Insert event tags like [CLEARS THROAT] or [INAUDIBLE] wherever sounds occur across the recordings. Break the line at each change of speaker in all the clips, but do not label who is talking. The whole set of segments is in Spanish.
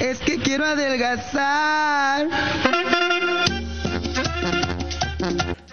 Es que quiero adelgazar.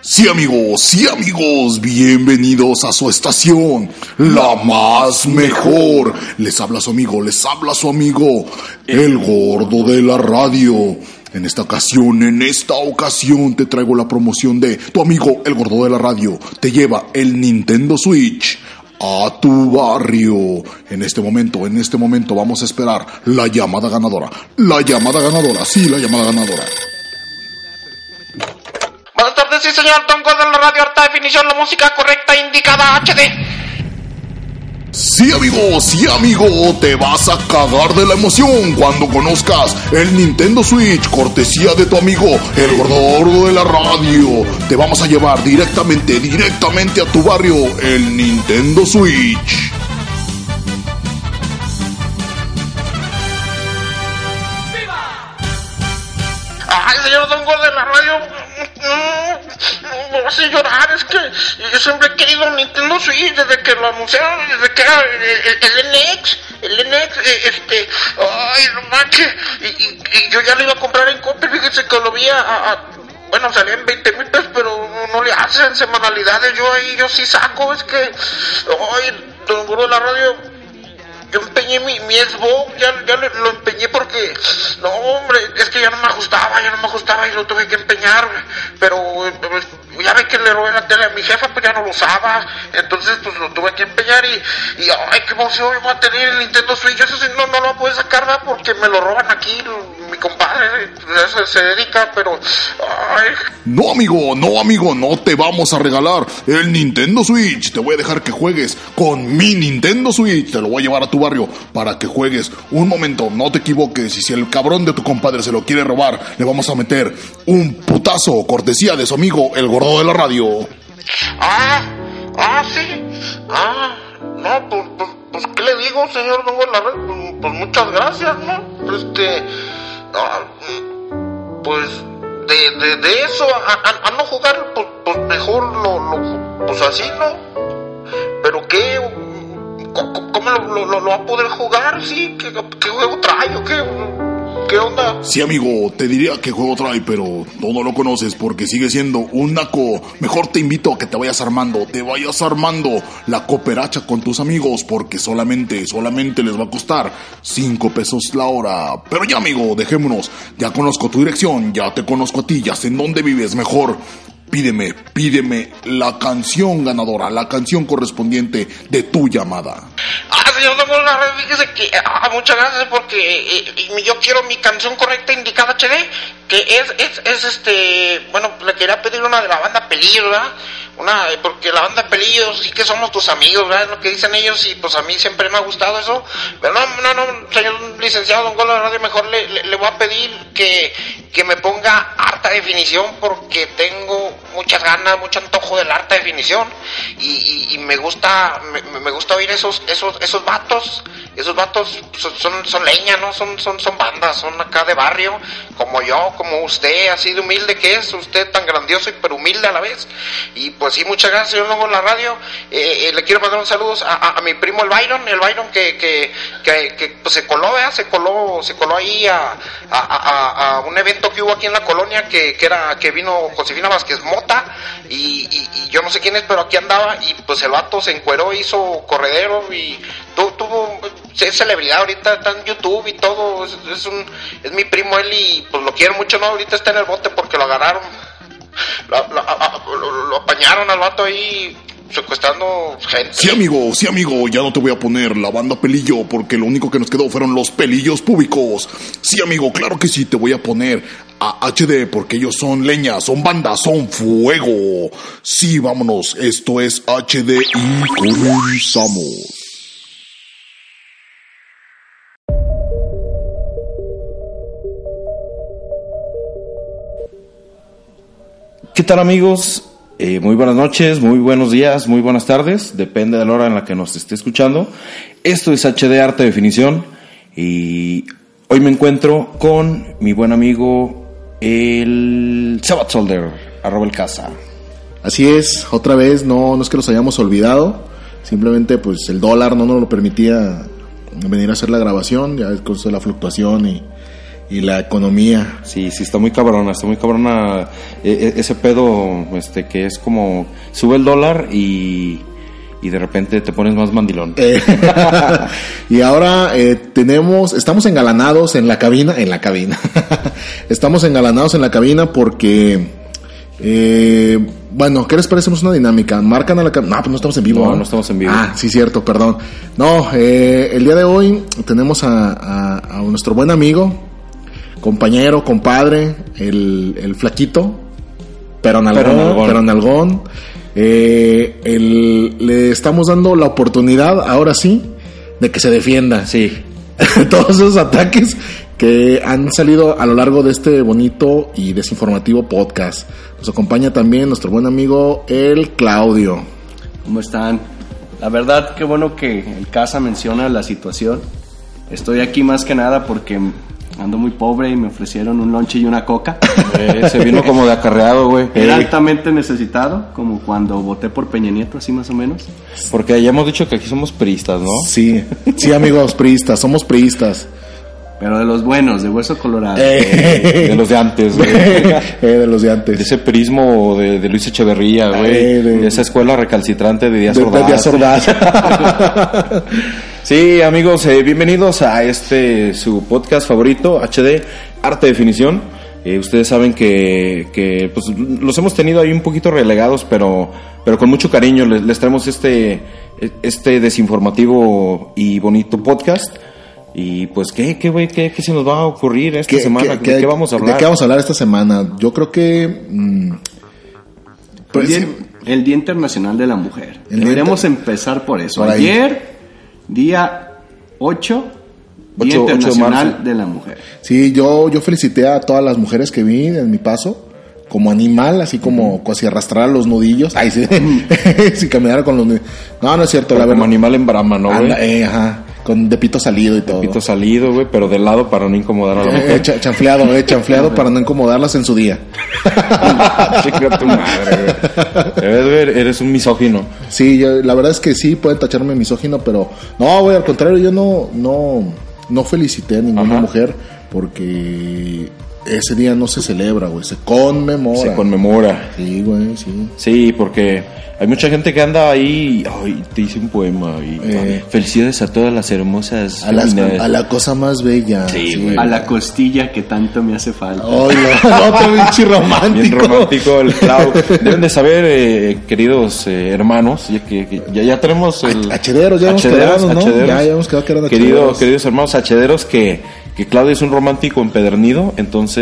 Sí amigos, sí amigos, bienvenidos a su estación, la más mejor. Les habla su amigo, les habla su amigo, el gordo de la radio. En esta ocasión, en esta ocasión te traigo la promoción de tu amigo, el gordo de la radio. Te lleva el Nintendo Switch a tu barrio. En este momento, en este momento vamos a esperar la llamada ganadora. La llamada ganadora, sí, la llamada ganadora.
Buenas tardes, sí señor, Don Gordo en la radio alta definición, la música correcta indicada HD.
Sí amigo, sí amigo, te vas a cagar de la emoción cuando conozcas el Nintendo Switch, cortesía de tu amigo, el gordo de la radio. Te vamos a llevar directamente, directamente a tu barrio el Nintendo Switch.
Ay, señor Don Gordo en la radio, mm, me hace llorar, es que yo siempre he querido un Nintendo Switch desde que lo anunciaron, desde que era el, el- el NX, el NX, eh, este, ay, no manches, y, y- y yo ya lo iba a comprar en Coppel, fíjese que lo vi a... a- a- bueno, salían 20 mil pesos, pero no- no le hacen semanalidades. Yo ahí, yo sí saco, es que. Ay, don Gordo de la radio, Yo empeñé mi, mi Xbox, ya, ya lo, lo empeñé porque, no hombre, es que ya no me ajustaba, ya no me ajustaba y lo tuve que empeñar, pero eh, pues, ya ve que le robé la tele a mi jefa, pues ya no lo usaba, entonces pues lo tuve que empeñar y, y ay, qué emoción, yo voy a tener el Nintendo Switch, eso sí, no, no lo puedo sacar ¿verdad? porque me lo roban aquí, mi compadre eh, se, se dedica, pero, ay,
No amigo, no amigo, no te vamos a regalar el Nintendo Switch. Te voy a dejar que juegues con mi Nintendo Switch. Te lo voy a llevar a tu barrio para que juegues. Un momento, no te equivoques. Y si el cabrón de tu compadre se lo quiere robar, le vamos a meter un putazo cortesía de su amigo, el gordo de la radio.
Ah, ah, sí. Ah, no, pues, pues, pues, ¿qué le digo, señor Don Golarre? Pues, pues, muchas gracias, ¿no? Este, ah, mm, pues, de, de, de eso a, a- a no jugar, pues, pues mejor lo, lo, pues así, ¿no? Pero qué, ¿cómo, cómo lo, lo- lo- lo va a poder jugar? Sí, ¿qué, qué juego trae o qué? ¿Qué onda?
Sí, amigo, te diría que juego trae, pero tú no lo conoces porque sigue siendo un naco. Mejor te invito a que te vayas armando, te vayas armando la cooperacha con tus amigos porque solamente, solamente les va a costar 5 pesos la hora. Pero ya, amigo, dejémonos. Ya conozco tu dirección, ya te conozco a ti, ya sé en dónde vives. Mejor, pídeme, pídeme la canción ganadora, la canción correspondiente de tu llamada.
Ah, señor Don Golarre, fíjese que, ah, muchas gracias porque eh, eh, yo quiero mi canción correcta indicada HD, que es, es, es este, bueno, le quería pedir una de la banda Pelillo, ¿verdad? Una, eh, porque la banda Pelillo sí que somos tus amigos, ¿verdad? Es lo que dicen ellos y pues a mí siempre me ha gustado eso. Pero no, no, no, señor licenciado Don Golarre, Radio, mejor le, le- le voy a pedir que, que me ponga harta definición porque tengo muchas ganas, mucho antojo de la harta definición y, y- y me gusta me, me- me gusta oír esos esos esos vatos, esos vatos son, son, son leña, ¿no? Son, son son bandas, son acá de barrio, como yo, como usted, así de humilde que es, usted tan grandioso y pero humilde a la vez. Y pues sí, muchas gracias, yo luego en la radio eh, eh, le quiero mandar un saludo a, a- a mi primo el Byron, el Byron que, que, que- que, pues, se coló, ¿verdad? se coló, se coló ahí a, a- a- a- a un evento que hubo aquí en la colonia que, que era que vino Josefina Vázquez Mota y, y- y yo no sé quién es, pero aquí andaba y pues el vato se encueró, hizo corredero y tu- tuvo es celebridad ahorita está en YouTube y todo, es, es un es mi primo él y pues lo quiero mucho, no ahorita está en el bote porque lo agarraron lo, lo- a- a- lo- lo apañaron al vato ahí secuestrando gente.
Sí, amigo, sí, amigo, ya no te voy a poner la banda pelillo porque lo único que nos quedó fueron los pelillos públicos. Sí, amigo, claro que sí, te voy a poner a HD porque ellos son leña, son banda, son fuego. Sí, vámonos, esto es HD y comenzamos.
¿Qué tal amigos? Eh, muy buenas noches, muy buenos días, muy buenas tardes, depende de la hora en la que nos esté escuchando. Esto es HD Arte Definición y hoy me encuentro con mi buen amigo el Sabbath Solder, arroba el casa.
Así es, otra vez, no, no es que los hayamos olvidado.
Simplemente, pues el dólar no nos lo permitía venir a hacer la grabación, ya es cosa de la fluctuación y, y la economía.
Sí, sí, está muy cabrona, está muy cabrona eh, eh, ese pedo este, que es como sube el dólar y, y de repente te pones más mandilón.
Eh, y ahora eh, tenemos, estamos engalanados en la cabina, en la cabina. [LAUGHS] estamos engalanados en la cabina porque, eh, bueno, ¿qué les parece? Hacemos una dinámica. Marcan a la cabina. No, pues no estamos en vivo.
No, no estamos en vivo.
Ah, sí, cierto, perdón. No, eh, el día de hoy tenemos a, a- a nuestro buen amigo, compañero, compadre, el, el flaquito, pero
Pero
nalgón,
nalgón.
pero nalgón. Eh, el- le estamos dando la oportunidad, ahora sí, de que se defienda
Sí,
[LAUGHS] todos esos ataques que han salido a lo largo de este bonito y desinformativo podcast. Nos acompaña también nuestro buen amigo el Claudio.
¿Cómo están? La verdad, qué bueno que el Casa menciona la situación. Estoy aquí más que nada porque ando muy pobre y me ofrecieron un lonche y
[LAUGHS]
una coca.
eh, se vino como de acarreado, güey.
Era altamente necesitado, como cuando voté por Peña Nieto, así más o menos.
Porque ya hemos dicho que aquí somos priistas, ¿no?
Sí, sí amigos priistas, somos priistas.
Pero de los buenos, de hueso colorado.
Ah, De
[LAUGHS]
los de antes, güey.
Eh, de los de
De
antes.
ese prismo de, de Luis Echeverría, güey.
Eh, de-
de... esa escuela recalcitrante de Díaz
De- de
Ordaz.
Díaz
[LAUGHS]
Ordaz.
Sí, amigos, eh, bienvenidos a este su podcast favorito, HD Arte Definición. Eh, ustedes saben que, que, pues, los hemos tenido ahí un poquito relegados, pero, pero con mucho cariño les, les traemos este, este desinformativo y bonito podcast. Y pues, ¿qué, qué, güey? ¿Qué, qué se nos va a ocurrir esta
¿Qué-
semana?
qué-
¿De qué vamos a
de
hablar?
qué vamos a hablar esta semana? Yo creo que... mm,
el,
pues,
día,
sí,
el Día Internacional de la Mujer.
El Día
Deberíamos
Inter-
empezar por eso.
Por ahí.
Ayer, día 8,
Ocho- ocho
Día
de
Internacional
marzo.
de la Mujer.
sí, yo, yo felicité a todas las mujeres que vi en mi paso. Como animal, así como casi arrastrar los nudillos. Ay, sí. [LAUGHS] si caminara con los nudillos. No, no es cierto, la
como
verdad.
animal en brama, ¿no, güey?
Anda, eh, ajá, con de pito salido y todo.
Pito salido, güey, pero de lado para no incomodar a la
Eh, eh, [LAUGHS]
mujer. [LAUGHS]
cha- chanfleado, eh, chanfleado para no incomodarlas en su día.
Chinga tu madre, güey. Debes ver, eres un misógino.
Sí, yo- la verdad es que sí, pueden tacharme misógino, pero no, güey, al contrario, yo no, no, no felicité a ninguna
Ajá.
mujer porque ese día no se celebra, güey, se conmemora.
Se conmemora.
Sí, güey, sí.
Sí, porque hay mucha gente que anda ahí, ay, te hice un poema y
Eh.
felicidades a todas las hermosas.
A, las-
féminas.
a la cosa más bella.
Sí, güey.
A la costilla que tanto me hace falta.
Ay,
[LAUGHS]
no, no, te pinche
Bien
romántico.
romántico el
[LAUGHS]
Clau. Deben de saber, eh, queridos eh, hermanos, ya que, que ya, ya tenemos el...
Hachederos, ya hemos
Hachederos,
quedado, ¿no?
hachederos.
Ya, ya hemos quedado que eran
Querido,
hachederos.
queridos hermanos hachederos, que, que Claudio es un romántico empedernido, entonces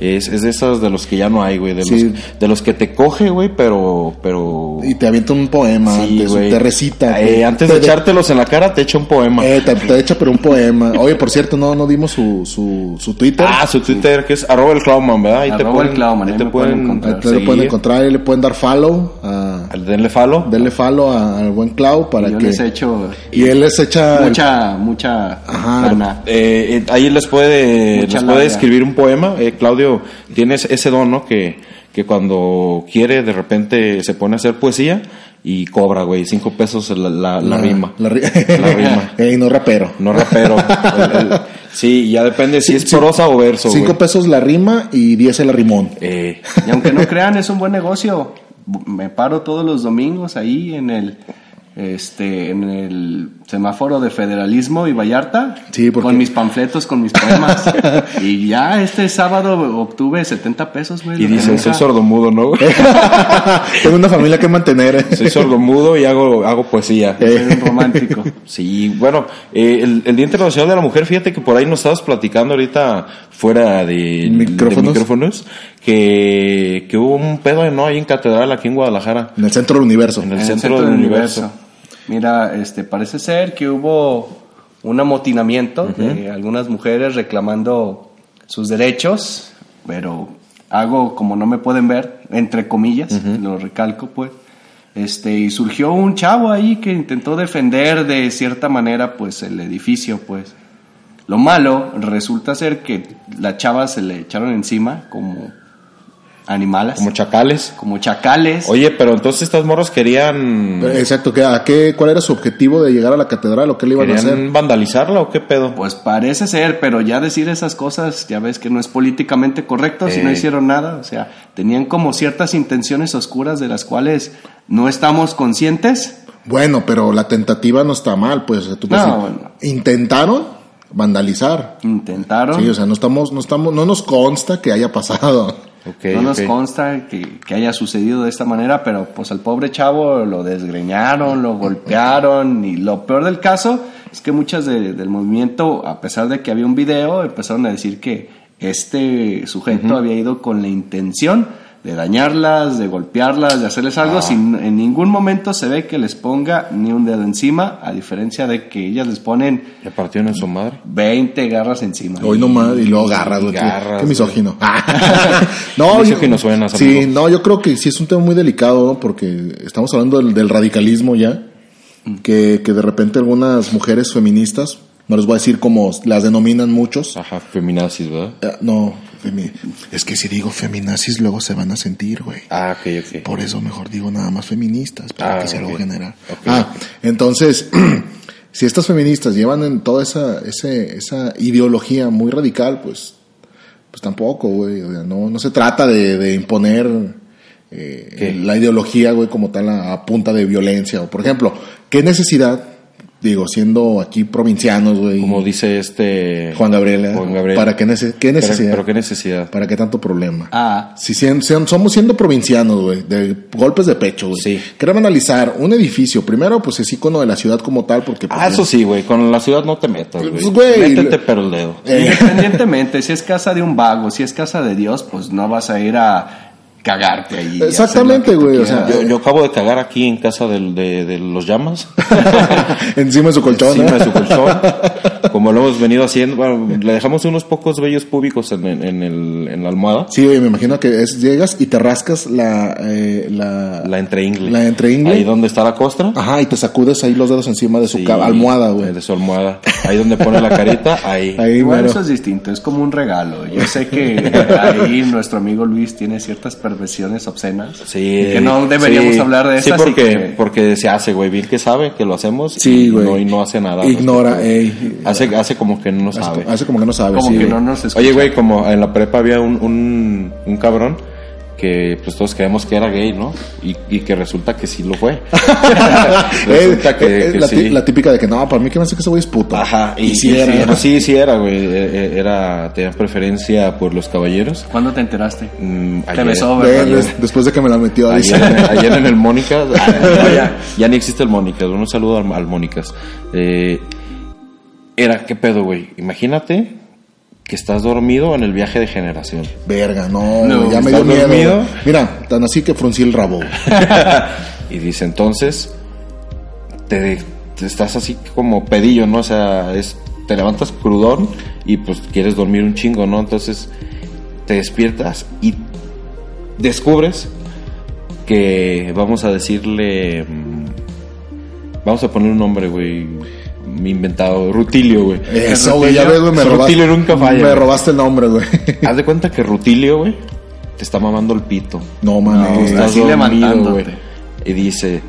es, es de esas de los que ya no hay, güey, de,
Sí.
los, de los que te coge, güey, pero... pero
Y te avienta un poema,
Sí,
antes,
güey.
te recita.
Eh,
te-
antes
te
de echártelos en la cara, te echa un poema.
Eh, te, te echa pero un poema. Oye, por cierto, no, no dimos su, su, su Twitter.
ah, su Twitter, que es arroba el Clawman, ¿verdad? Ahí te
Arroba
pueden,
el Clawman, ahí
te
me pueden encontrar.
Ahí te lo pueden
seguir.
encontrar, ahí le pueden dar follow. A,
Al Denle falo.
denle follow a- al buen Clau para
Yo
que.
les he hecho
y él les echa.
mucha, mucha
Ajá.
lana.
Eh, eh, ahí les puede,
Mucha
les puede
labia.
escribir un poema. Eh, Claudio, tienes ese don, ¿no? Que, que cuando quiere, de repente se pone a hacer poesía y cobra, güey, cinco pesos la, la- la rima.
La, ri-
La rima.
[LAUGHS] Ey, no rapero.
No rapero. El- el- sí, ya depende si es prosa o verso, güey.
Cinco pesos la rima y diez el arrimón.
Eh,
Y aunque no crean, es un buen negocio. Bu- Me paro todos los domingos ahí en el este en el semáforo de federalismo y Vallarta
Sí, porque-
con mis panfletos, con mis poemas.
[LAUGHS]
y ya este sábado obtuve 70 pesos, güey.
y
lo que
dice,
nunca-
soy sordomudo, ¿no? [LAUGHS] güey?
Tengo una familia que mantener. eh.
Soy sordomudo y hago, hago poesía.
soy un
[LAUGHS]
romántico.
Sí, bueno, eh, el, el Día Internacional de la Mujer, fíjate que por ahí nos estabas platicando ahorita fuera de
Micrófonos.
de micrófonos, que, que hubo un pedo ¿no? ahí en Catedral, aquí en Guadalajara,
[LAUGHS] En el centro del universo.
en
En
el, centro, del universo.
Mira, este parece ser que hubo un amotinamiento de algunas mujeres reclamando sus derechos, pero hago como no me pueden ver, entre comillas, lo recalco pues. Este, y surgió un chavo ahí que intentó defender de cierta manera pues el edificio, pues. Lo malo resulta ser que la chava se le echaron encima como animales,
como
como,
chacales.
chacales.
Oye, pero entonces estas morras querían,
Exacto, ¿qué, a qué, ¿cuál era su objetivo de llegar a la catedral o qué le iban a hacer?
querían vandalizarla o qué pedo?
Pues parece ser, pero ya decir esas cosas, ya ves que no es políticamente correcto si no
Eh.
hicieron nada. O sea, tenían como ciertas intenciones oscuras de las cuales no estamos conscientes.
Bueno, pero la tentativa no está mal, pues. tú puedes
No,
decir,
bueno.
Intentaron vandalizar.
Intentaron.
Sí, o sea, no estamos, no estamos, no nos consta que haya pasado.
Ok,
no nos
ok.
consta que, que haya sucedido de esta manera, pero pues al pobre chavo lo desgreñaron, lo golpearon y lo peor del caso es que muchas de- del movimiento, a pesar de que había un video, empezaron a decir que este sujeto había ido con la intención de dañarlas, de golpearlas, de hacerles algo,
Ah.
sin en ningún momento se ve que les ponga ni un dedo encima, a diferencia de que ellas les ponen
Le partieron en su madre.
20 garras encima.
Hoy nomás, y luego agarras, güey.
Garras,
Qué misógino. [LAUGHS]
Misógino suenas,
Sí,
amigo.
no, yo creo que sí es un tema muy delicado, ¿no? Porque estamos hablando del, del radicalismo ya. Que, que de repente algunas mujeres feministas, no les voy a decir cómo las denominan muchos.
Pues, Ajá, feminazis, ¿verdad?
Eh, no, femi- es que si digo feminazis, luego se van a sentir, güey.
Ah, ok, ok.
Por eso mejor digo nada más feministas, para
Ah,
que sea algo
ok.
general.
Ok.
Ah, entonces, [CLEARS THROAT] si estas feministas llevan en toda esa, ese- esa ideología muy radical, pues, pues tampoco, güey. O sea, no, no se trata de, de imponer eh,
¿Qué?
la ideología, güey, como tal, a, a punta de violencia. O, por ejemplo, ¿qué necesidad, digo, siendo aquí provincianos, güey?
Como dice este...
Juan Gabriel, ¿eh?
Juan Gabriel.
¿Para qué, nece- qué
Pero-
necesidad?
Pero, qué necesidad.
¿Para qué tanto problema?
Ah,
Si sien- sien- somos siendo provincianos, güey, de golpes de pecho, güey.
Sí.
Queremos analizar un edificio. Primero, pues es icono de la ciudad como tal, porque. pues,
Ah, eso sí, güey. Con la ciudad no te metas,
Pues,
güey.
güey,
Métete,
lo-
pero el dedo.
eh,
[LAUGHS] Independientemente, si es casa de un vago, si es casa de Dios, pues no vas a ir a cagarte ahí. y
Exactamente,
hacer lo
güey,
que tú
o
quieras.
sea,
Yo, yo acabo de cagar aquí en casa del- de, de los llamas.
[LAUGHS] encima de su colchón.
encima
¿eh?
de su colchón. Como lo hemos venido haciendo. Bueno, le dejamos unos pocos vellos públicos en, en- en el- en la almohada.
Sí, güey, me imagino que es, llegas y te rascas la. eh, la,
La entreingle.
La entreingle.
Ahí donde está la costra.
Ajá, y te sacudes ahí los dedos encima de su
Sí,
ca- almohada, güey.
De su almohada. Ahí donde pone la carita, ahí.
[LAUGHS] Ahí,
Igual
mero.
eso es distinto, es como un regalo. Yo sé que ahí nuestro amigo Luis tiene ciertas perversiones obscenas.
Sí.
y que no deberíamos
sí.
hablar de
Sí,
esas. y
porque,
que-
porque se hace, güey. Bill que sabe que lo hacemos.
Sí,
y
güey.
No, y no hace nada.
Ignora,
respecto.
ey.
Hace, hace como que no
Hace,
sabe.
hace como que no sabe.
Como
sí,
que
güey.
no nos escucha.
Oye, güey, como en la prepa había un, un, un cabrón que pues todos creemos que era gay, ¿no? Y, y que resulta que sí lo
[LAUGHS]
fue.
Eh,
resulta que,
eh,
que
la, ti-
sí.
la típica de que no, para mí que me hace que ese güey es puto.
Ajá, y,
y sí
que
era.
sí, no,
[LAUGHS]
sí, sí era, güey. Eh, eh, Era, tenía preferencia por los caballeros.
¿Cuándo te enteraste?
Mm,
Te
ayer.
besó,
Ve,
¿verdad?
des- después de que me la metió ahí.
Ayer, ayer en el
[LAUGHS]
Mónicas, ah, no, ya, ya ni existe el Mónicas, un saludo al, al Mónicas. Eh, era, ¿qué pedo, güey? Imagínate que estás dormido en el viaje de generación.
[LAUGHS] Verga, no,
No,
güey, ya me dio
¿estás
miedo.
dormido?
güey. Mira, tan así que fruncí
[LAUGHS]
el rabo. güey.
Y dice, entonces, te, te estás así como pedillo, ¿no? O sea, es, te levantas crudón y pues quieres dormir un chingo, ¿no? Entonces te despiertas y descubres que, vamos a decirle, mm, vamos a poner un nombre, güey, inventado, Rutilio, güey.
Eso, güey, ya ves, güey, me
Rutilio
robaste.
nunca falla,
Me
güey.
robaste el nombre, güey. [LAUGHS]
Haz de cuenta que Rutilio, güey, te está mamando el pito.
No,
Tú
mames.
está-
estás
así
dormido,
levantándote.
güey. Y dice,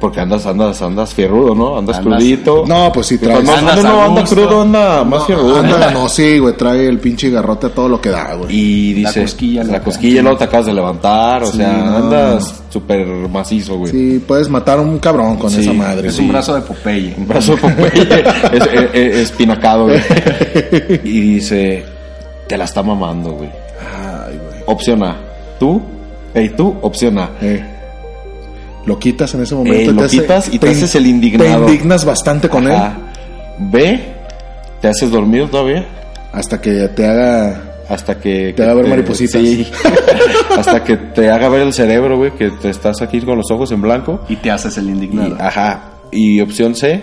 porque andas, andas, andas fierrudo, ¿no? Andas,
Andas-
crudito.
No, pues sí,
Y cuando Ah.
traes-
anda-
Andas
no,
a
anda
gusto.
crudo, anda más fierrudo.
Anda, no, sí, güey, trae el pinche garrote a todo lo que da, güey.
Y
La
dice,
cosquilla
la
loca.
cosquilla luego te acabas de levantar, o
Sí,
sea,
no.
andas súper macizo, güey.
Sí, puedes matar a un cabrón con
Sí,
esa madre,
Es
güey.
un brazo de Popeye.
Un brazo de Popeye, es, es- es- espinacado, güey. Y dice, te la está mamando, güey.
Ay, güey.
Opción A, tú, hey, tú, opción A.
Eh, Lo quitas en ese
Eh,
momento.
lo
hace-
quitas y te haces el indignado.
Te indignas bastante con
Ajá. B, te haces dormido todavía.
él hasta que te haga...
Hasta que.
Te
que
va a ver maripositas.
sí. [LAUGHS] hasta que te haga ver el cerebro, güey, que te estás aquí con los ojos en blanco.
Y te haces el
Y,
indignado.
ajá. Y opción C,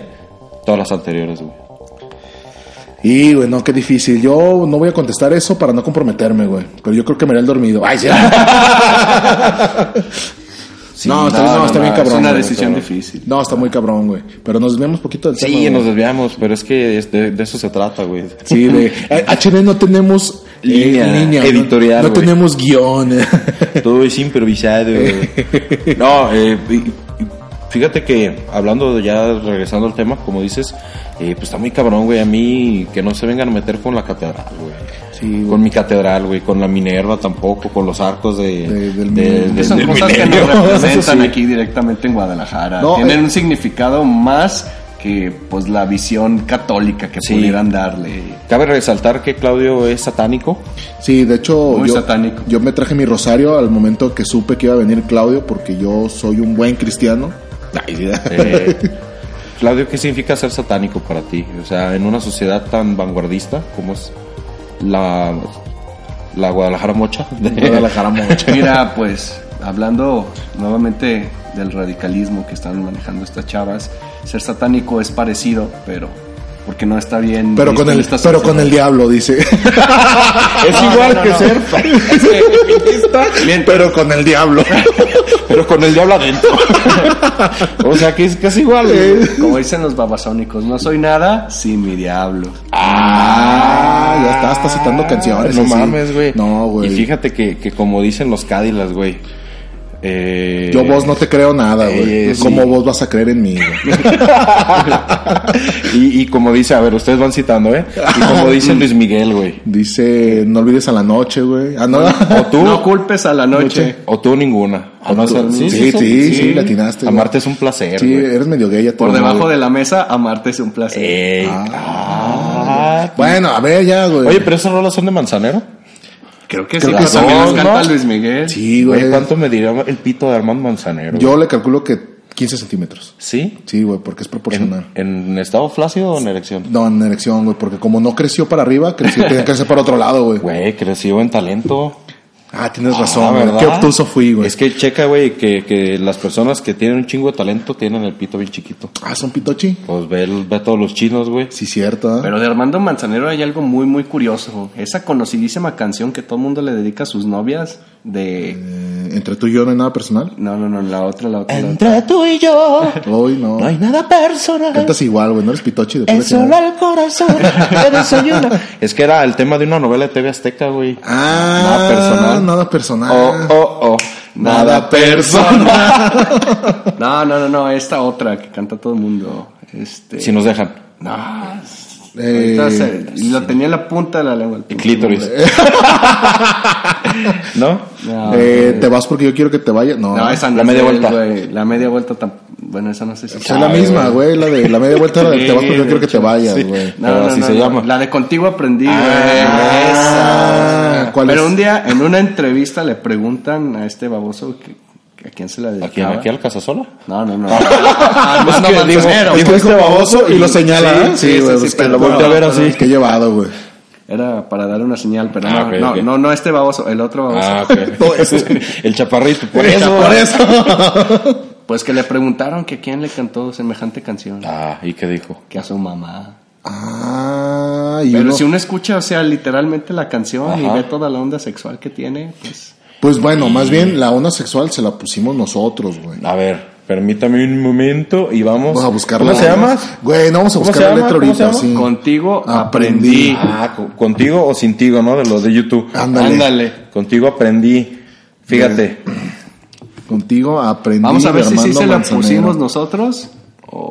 todas las anteriores, güey.
Y, güey, no, qué difícil. Yo no voy a contestar eso para no comprometerme, güey. Pero yo creo que me haré el dormido. Ay, sí.
Sí,
no, está bien, no, está bien
no,
cabrón.
es una
güey.
decisión difícil.
No, está muy cabrón, güey. Pero nos desviamos poquito del tema.
Sí,
güey.
nos desviamos, pero es que es de, de eso se trata, güey.
Sí, de... eh, HD no tenemos
línea,
línea, ¿no?
editorial.
No,
güey.
tenemos guión. [LAUGHS]
Todo es improvisado. güey. no, eh, y- y- fíjate que hablando de ya regresando al tema, como dices, eh, pues está muy cabrón, güey. A mí que no se vengan a meter con la catedral, güey. con mi catedral, güey. Con la Minerva tampoco, con los arcos de,
De- del
de-
mineral.
de-
Que son
del
cosas que nos
mineral.
representan aquí directamente en Guadalajara.
No,
Tienen
eh.
un significado más que pues la visión católica que
Sí.
pudieran darle.
Cabe resaltar que Claudio es
[LAUGHS]
satánico.
Sí, de hecho,
Muy
yo,
satánico.
yo me traje mi rosario al momento que supe que iba a venir Claudio porque yo soy un buen cristiano.
Eh, Claudio, ¿qué significa ser satánico para ti? O sea, en una sociedad tan vanguardista como es la, la Guadalajara Mocha.
Guadalajara Mocha.
Mira, pues hablando nuevamente del radicalismo que están manejando estas chavas, ser satánico es parecido, pero porque no está bien.
Pero
visto
con
en
el,
esta
pero con el
sociedad.
diablo,
[LAUGHS]
dice.
es
No,
igual
no,
que
no.
ser,
Es que, bien,
pero con el diablo.
[LAUGHS] pero con el diablo
[LAUGHS]
adentro. o sea, que es casi igual. güey.
como dicen los babasónicos, no soy nada sin mi diablo.
Ah, ya está, está citando canciones.
No
así.
mames, güey.
No, güey.
Y fíjate que, que como dicen los Cádilas, güey. eh,
Yo vos no te creo nada, güey.
Eh, sí.
¿Cómo vos vas a creer en mí?
[LAUGHS]
güey?
y, y como dice, a ver, ustedes van citando, ¿eh? Y
[LAUGHS]
como dice Luis Miguel, güey.
Dice, no olvides a la noche, güey. Ah, no.
O tú.
No culpes a la noche.
O tú ninguna. O no
tú-
hacer-
sí, sí, sí, le atinaste, güey.
Amarte es un placer.
sí,
güey.
eres medio gay ya te
Por
lo
debajo
digo.
de la mesa, amarte es un placer.
Ey, ah.
Bueno, a ver ya, eh, güey.
Oye, pero esas rolas son de manzanero.
Creo que
Creo
sí,
que
pero
son,
también nos
¿no?
canta Luis Miguel.
Sí, güey.
¿Cuánto me dirá el pito de Armando Manzanero?
Yo le calculo que 15 centímetros.
¿Sí?
Sí, güey, porque es proporcional.
¿En estado flácido o en erección?
No, en erección, güey, porque como no creció para arriba, creció, tenía que crecer para otro lado, güey.
Güey, creció en talento.
Ah, tienes
Ah,
razón, güey. Qué obtuso fui, güey.
Es que checa, güey, que, que las personas que tienen un chingo de talento tienen el pito bien chiquito.
Ah, son pitochi.
Pues ve, el- ve a todos los chinos, güey.
Sí, cierto. ¿eh?
Pero de Armando Manzanero hay algo muy, muy curioso. Esa conocidísima canción que todo el mundo le dedica a sus novias de...
Eh, entre tú y yo no hay nada
[LAUGHS]
personal.
No, no, no, la otra, la otra. la otra.
Entre tú y yo
Hoy no.
no hay nada personal.
Cantas igual, güey. No eres pitochi. de pura
Es solo
chingada.
el corazón que desayuna.
Es que era el tema de una novela de TV Azteca, güey.
Ah,
Nada personal.
Nada personal.
Oh, oh, oh.
Nada personal.
No, no, no, no, esta otra que canta todo el mundo. Este...
Si nos dejan.
No.
Eh,
ahorita se- Lo tenía en la punta de la lengua. el
El
[LAUGHS]
pinche
clítoris. ¿No?
nombre. No,
Eh, te vas porque yo quiero que te vaya. No.
no, esa no
La
es
media
él,
vuelta.
güey. La media vuelta tam- Bueno, esa no sé si...
es la misma, güey. La de la media vuelta era de te vas porque yo
de
quiero que te
hecho,
vayas, güey.
No,
Pero
no,
así
no,
se
no.
llama.
La de contigo aprendí, güey.
Ah,
Esa.
¿cuál
Pero
es?
un día, en una entrevista, le preguntan a este baboso que, que a quién se la
¿A quién?
dedicaba.
¿Aquí al Casasola?
No, no, no. Ah, no, no,
digo,
Manzanero.
dijo este baboso y lo señala. ¿eh?
Sí, sí, sí,
güey,
sí,
es que
pero
lo
no,
voltea a ver
no,
así. Qué llevado, güey.
Era para dar una señal, pero
Ah,
no,
ok,
no,
ok.
no, no este baboso, el otro baboso.
Ah, ok.
Todo eso.
el chaparrito. Por eso.
Por eso.
Pues que le preguntaron que a quién le cantó semejante canción.
Ah, ¿y qué dijo?
Que a su mamá.
Ah, y
Pero
uno-
si uno escucha, o sea, literalmente la canción y
Ajá.
ve toda la onda sexual que tiene, pues...
Pues bueno, más bien la onda sexual se la pusimos nosotros, güey.
A ver, permítame un momento y vamos.
Vamos a buscarla.
¿Cómo se llama?
Güey, no vamos a
¿Cómo
buscar
se
la
llama?
letra
¿Cómo se
ahorita,
llama?
sí.
Contigo
Aprendí.
aprendí.
Ah, co- contigo o sintigo, ¿no? De los de YouTube.
Ándale.
Contigo aprendí. Fíjate.
Contigo aprendí.
Vamos a ver
de
si sí
Armando
se la
Manzanero.
pusimos nosotros.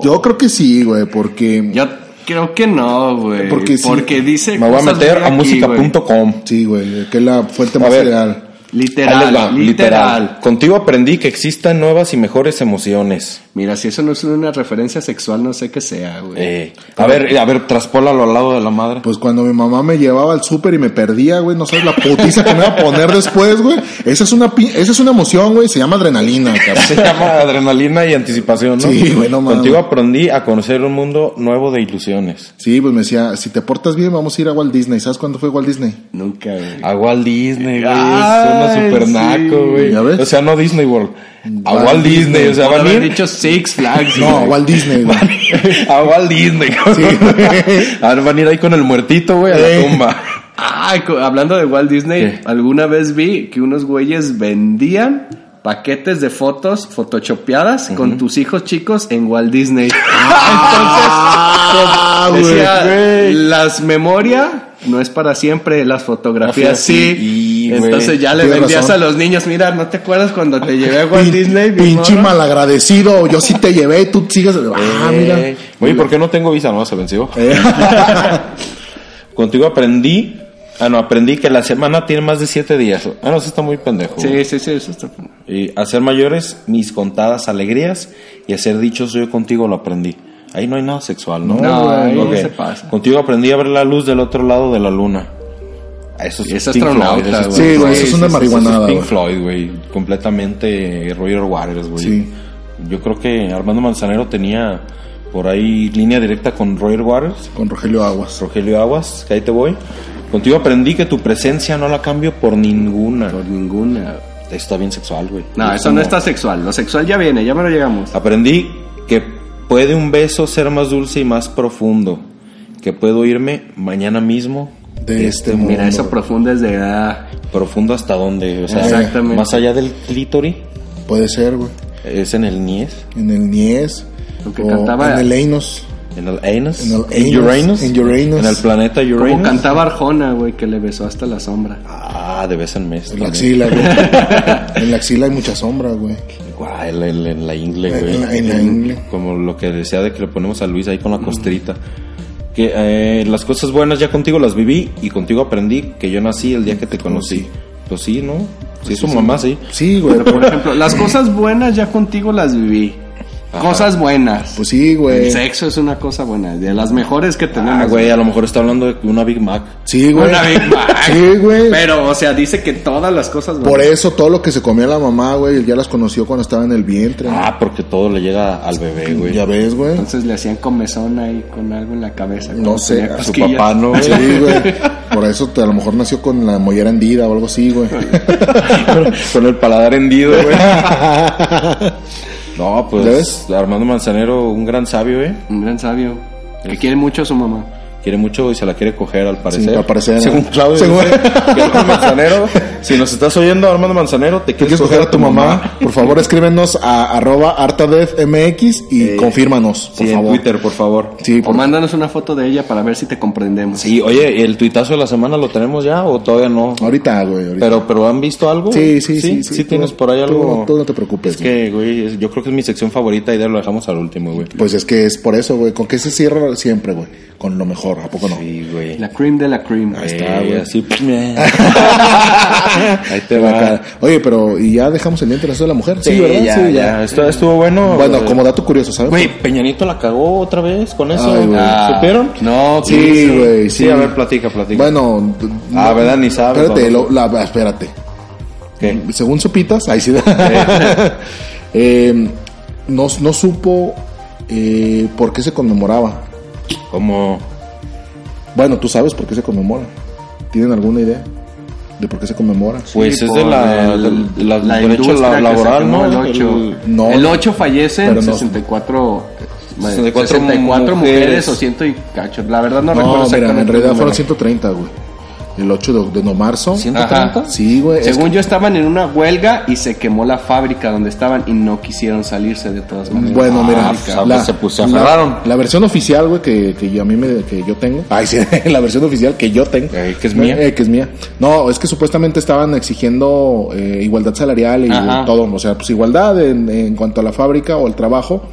Yo creo que sí, güey, porque.
Yo creo que no, güey.
Porque
Porque,
sí.
dice.
Me voy a
cosas
meter
bien
a
aquí, güey.
música.com.
Sí, güey, que es la fuente
A
más
ver.
ideal.
Ahí les
Literal,
va,
literal.
Contigo aprendí que existan nuevas y mejores emociones.
Mira, si eso no es una referencia sexual, no sé qué sea, güey.
Eh, a ver, eh, a ver, traspólalo al lado de la madre. [LAUGHS]
Pues cuando mi mamá me llevaba al súper y me perdía, güey, no sabes la putiza que me iba a poner después, güey. Esa es una pi- esa es una emoción, güey, se llama adrenalina, cabrón.
Se llama adrenalina y anticipación, ¿no?
Sí, güey, no mames.
Contigo aprendí a conocer un mundo nuevo de ilusiones.
Sí, pues me decía, si te portas bien, vamos a ir a Walt Disney. ¿Sabes cuándo fue Walt Disney?
Nunca, güey.
A Walt Disney, güey.
Ay,
Suena super
sí.
naco, güey.
¿Ya ves?
O sea, no Disney World. A
Walt
Walt, Disney, o sea,
Por
van a
haber
ir
dicho
[LAUGHS]
Six Flags.
No,
güey.
Walt Disney, güey.
a Walt Disney. [LAUGHS] cabrón. A ver, van a ir ahí con el muertito, güey, a la
[LAUGHS]
tumba.
Ah, co- hablando de Walt Disney,
¿Qué?
alguna vez vi que unos güeyes vendían paquetes de fotos photoshopeadas con tus hijos chicos en
[LAUGHS]
Walt Disney. Entonces,
Ah,
decía,
güey.
las memoria no es para siempre, las fotografías sí.
sí, y, güey,
Entonces ya le
tienes
vendías
razón.
a los niños, mira, ¿no te acuerdas cuando te llevé a Walt
Pin-
Disney? mi
pinche
morro?" Eh.
malagradecido. Yo sí te llevé y tú sigues. Ah, mira.
Ey. Oye, ¿por qué no tengo visa? No, se venció.
Eh.
[LAUGHS] Contigo aprendí. Ah, no, aprendí que la semana tiene más de siete días. Ah, no, eso está muy pendejo.
Sí, sí, sí, eso está.
Y hacer Eh, mayores mis contadas alegrías y hacer dichos yo contigo lo aprendí. Ahí no hay nada sexual, ¿no?
No, ahí
Ok.
se pasa.
Contigo aprendí a ver la luz del otro lado de la luna. Eso es,
Es
Pink
astronauta,
Floyd, eso
güey.
es-
Sí,
eso
güey, eso es una
eso
marihuanada,
Pink
güey.
Floyd, güey. Completamente Roger Waters, güey.
Sí.
Yo creo que Armando Manzanero tenía por ahí línea directa con Roger Waters.
Con Rogelio Aguas.
Rogelio Aguas, que ahí te voy. Contigo aprendí que tu presencia no la cambio por ninguna.
Por ninguna.
Está bien sexual, güey.
No,
Es
eso no
como-
está sexual. Lo sexual ya viene, ya me lo llegamos.
Aprendí que puede un beso ser más dulce y más profundo. Que puedo irme mañana mismo.
De este mundo.
Mira, eso profunda es de. ah,
Profundo hasta dónde. O sea,
Exactamente.
Más allá del clítori.
Puede ser, güey.
Es en el niés.
En el Nies.
Lo que
o
cantaba-
En el Einos.
En el anus.
En el anus,
Uranus.
en Uranus.
En el planeta Uranus.
como cantaba Arjona, güey, que le besó hasta la sombra.
Ah, de vez en mes.
En la
también.
axila,
[LAUGHS]
güey. en la axila hay mucha sombra, güey.
Guau, en, la- en la- en la ingle,
En
güey.
la- en la ingle.
Como lo que decía de que le ponemos a Luis ahí con la costrita. Que eh, las cosas buenas ya contigo las viví y contigo aprendí que yo nací el día que te conocí. Pues sí, ¿no? Sí, su mamá, sí.
Sí, güey.
Pero, por ejemplo,
[CLEARS THROAT]
las cosas buenas ya contigo las viví. Cosas buenas.
Pues sí,
el
güey.
sexo es una cosa buena, de las mejores que tenemos.
Ah, güey, a lo mejor está hablando de una Big Mac.
Sí, güey.
Una Big Mac.
Sí, güey.
Pero, o sea, dice que todas las cosas buenas.
Por eso todo lo que se comía la mamá, güey, él ya las conoció cuando estaba en el vientre.
Ah, porque todo le llega al bebé,
[LAUGHS]
güey.
ya ves, güey.
Entonces le hacían comezón ahí con algo en la cabeza.
No sé,
tenía
a
Su
cosquillas.
papá,
[LAUGHS]
¿no?
Sí, güey. Por eso te- a lo mejor nació con la mollera hendida o algo así,
[LAUGHS]
güey.
Con el paladar hendido,
[LAUGHS]
güey. No, pues
¿Ya ves?
Armando Manzanero, un gran sabio, ¿eh?
Un gran sabio. Que quiere mucho a su mamá.
Quiere mucho y se la quiere coger al parecer.
al parecer, ¿no?
Según Claudio.
[LAUGHS] Según-
dice [LAUGHS] que Armando Manzanero, si nos estás oyendo, Armando Manzanero, te
¿Quieres
quieres
coger a tu mamá? Por favor, escríbenos a arroba artadefmx y confírmanos,
Eh,
por
Sí, en
favor.
Twitter, por favor.
Sí,
O
por
mándanos una foto de ella para ver si te comprendemos.
Sí, oye, ¿el tuitazo de la semana lo tenemos ya o todavía no?
Ahorita, güey. ahorita.
Pero, pero ¿han visto algo?
Sí, sí, sí.
Sí,
tú-
tienes por ahí
tú
algo.
no- Tú no te preocupes.
Es que, güey, es- yo creo que es mi sección favorita y de ahí lo dejamos al último, güey.
güey. Pues es que es por eso, güey. ¿Con qué se cierra siempre, güey? Con lo mejor, ¿a poco no?
Sí, güey.
La cream de la cream.
Ahí está,
Eh,
güey.
Así.
[LAUGHS]
ahí te va.
La cara. Oye, pero ¿y ya dejamos el diente de la de la mujer? Sí, ¿verdad?
ya,
sí,
ya. Esto- estuvo bueno.
Bueno,
Eh,
como dato curioso, ¿sabes?
Güey, Peñanito la cagó otra vez con eso.
Ay, güey.
Ah. ¿Supieron?
No,
Sí, güey,
Sí,
sí.
a ver, platica, platica.
Bueno, d-
Ah, ¿verdad? Ni sabes,
Espérate,
¿no?
lo- la- espérate.
¿Qué?
Según Sopitas, ahí sí. [LAUGHS] Eh, no, no supo eh, por qué se conmemoraba.
Como.
Bueno, tú sabes por qué se conmemora. ¿Tienen alguna idea de por qué se conmemora?
Pues es de
por
la,
el-
del- la-
la
del derecho
industria
la-
que
laboral,
sacó
¿no?
El 8,
El-
no.
el 8 fallecen
Pero no.
64,
64
64 mujeres.
mujeres
o 100 y cacho. La verdad no,
No, mira, en
recuerdo exactamente el
realidad fueron
número.
130, güey. El 8 de, de no marzo.
¿130?
Ajá.
Sí, güey. es
Según yo estaban en una huelga y se quemó la fábrica donde estaban y no quisieron salirse de todas maneras.
Bueno, mira,
pues, ah, se pus- se aferraron.
La, versión oficial, güey, que, que yo- a mí me, que yo tengo. [LAUGHS] Ay, sí, la versión oficial que yo tengo.
Eh, que es mía.
Eh, que es mía. No, es que supuestamente estaban exigiendo eh, igualdad salarial y
Ajá.
todo. O sea, pues igualdad en, en cuanto a la fábrica o el trabajo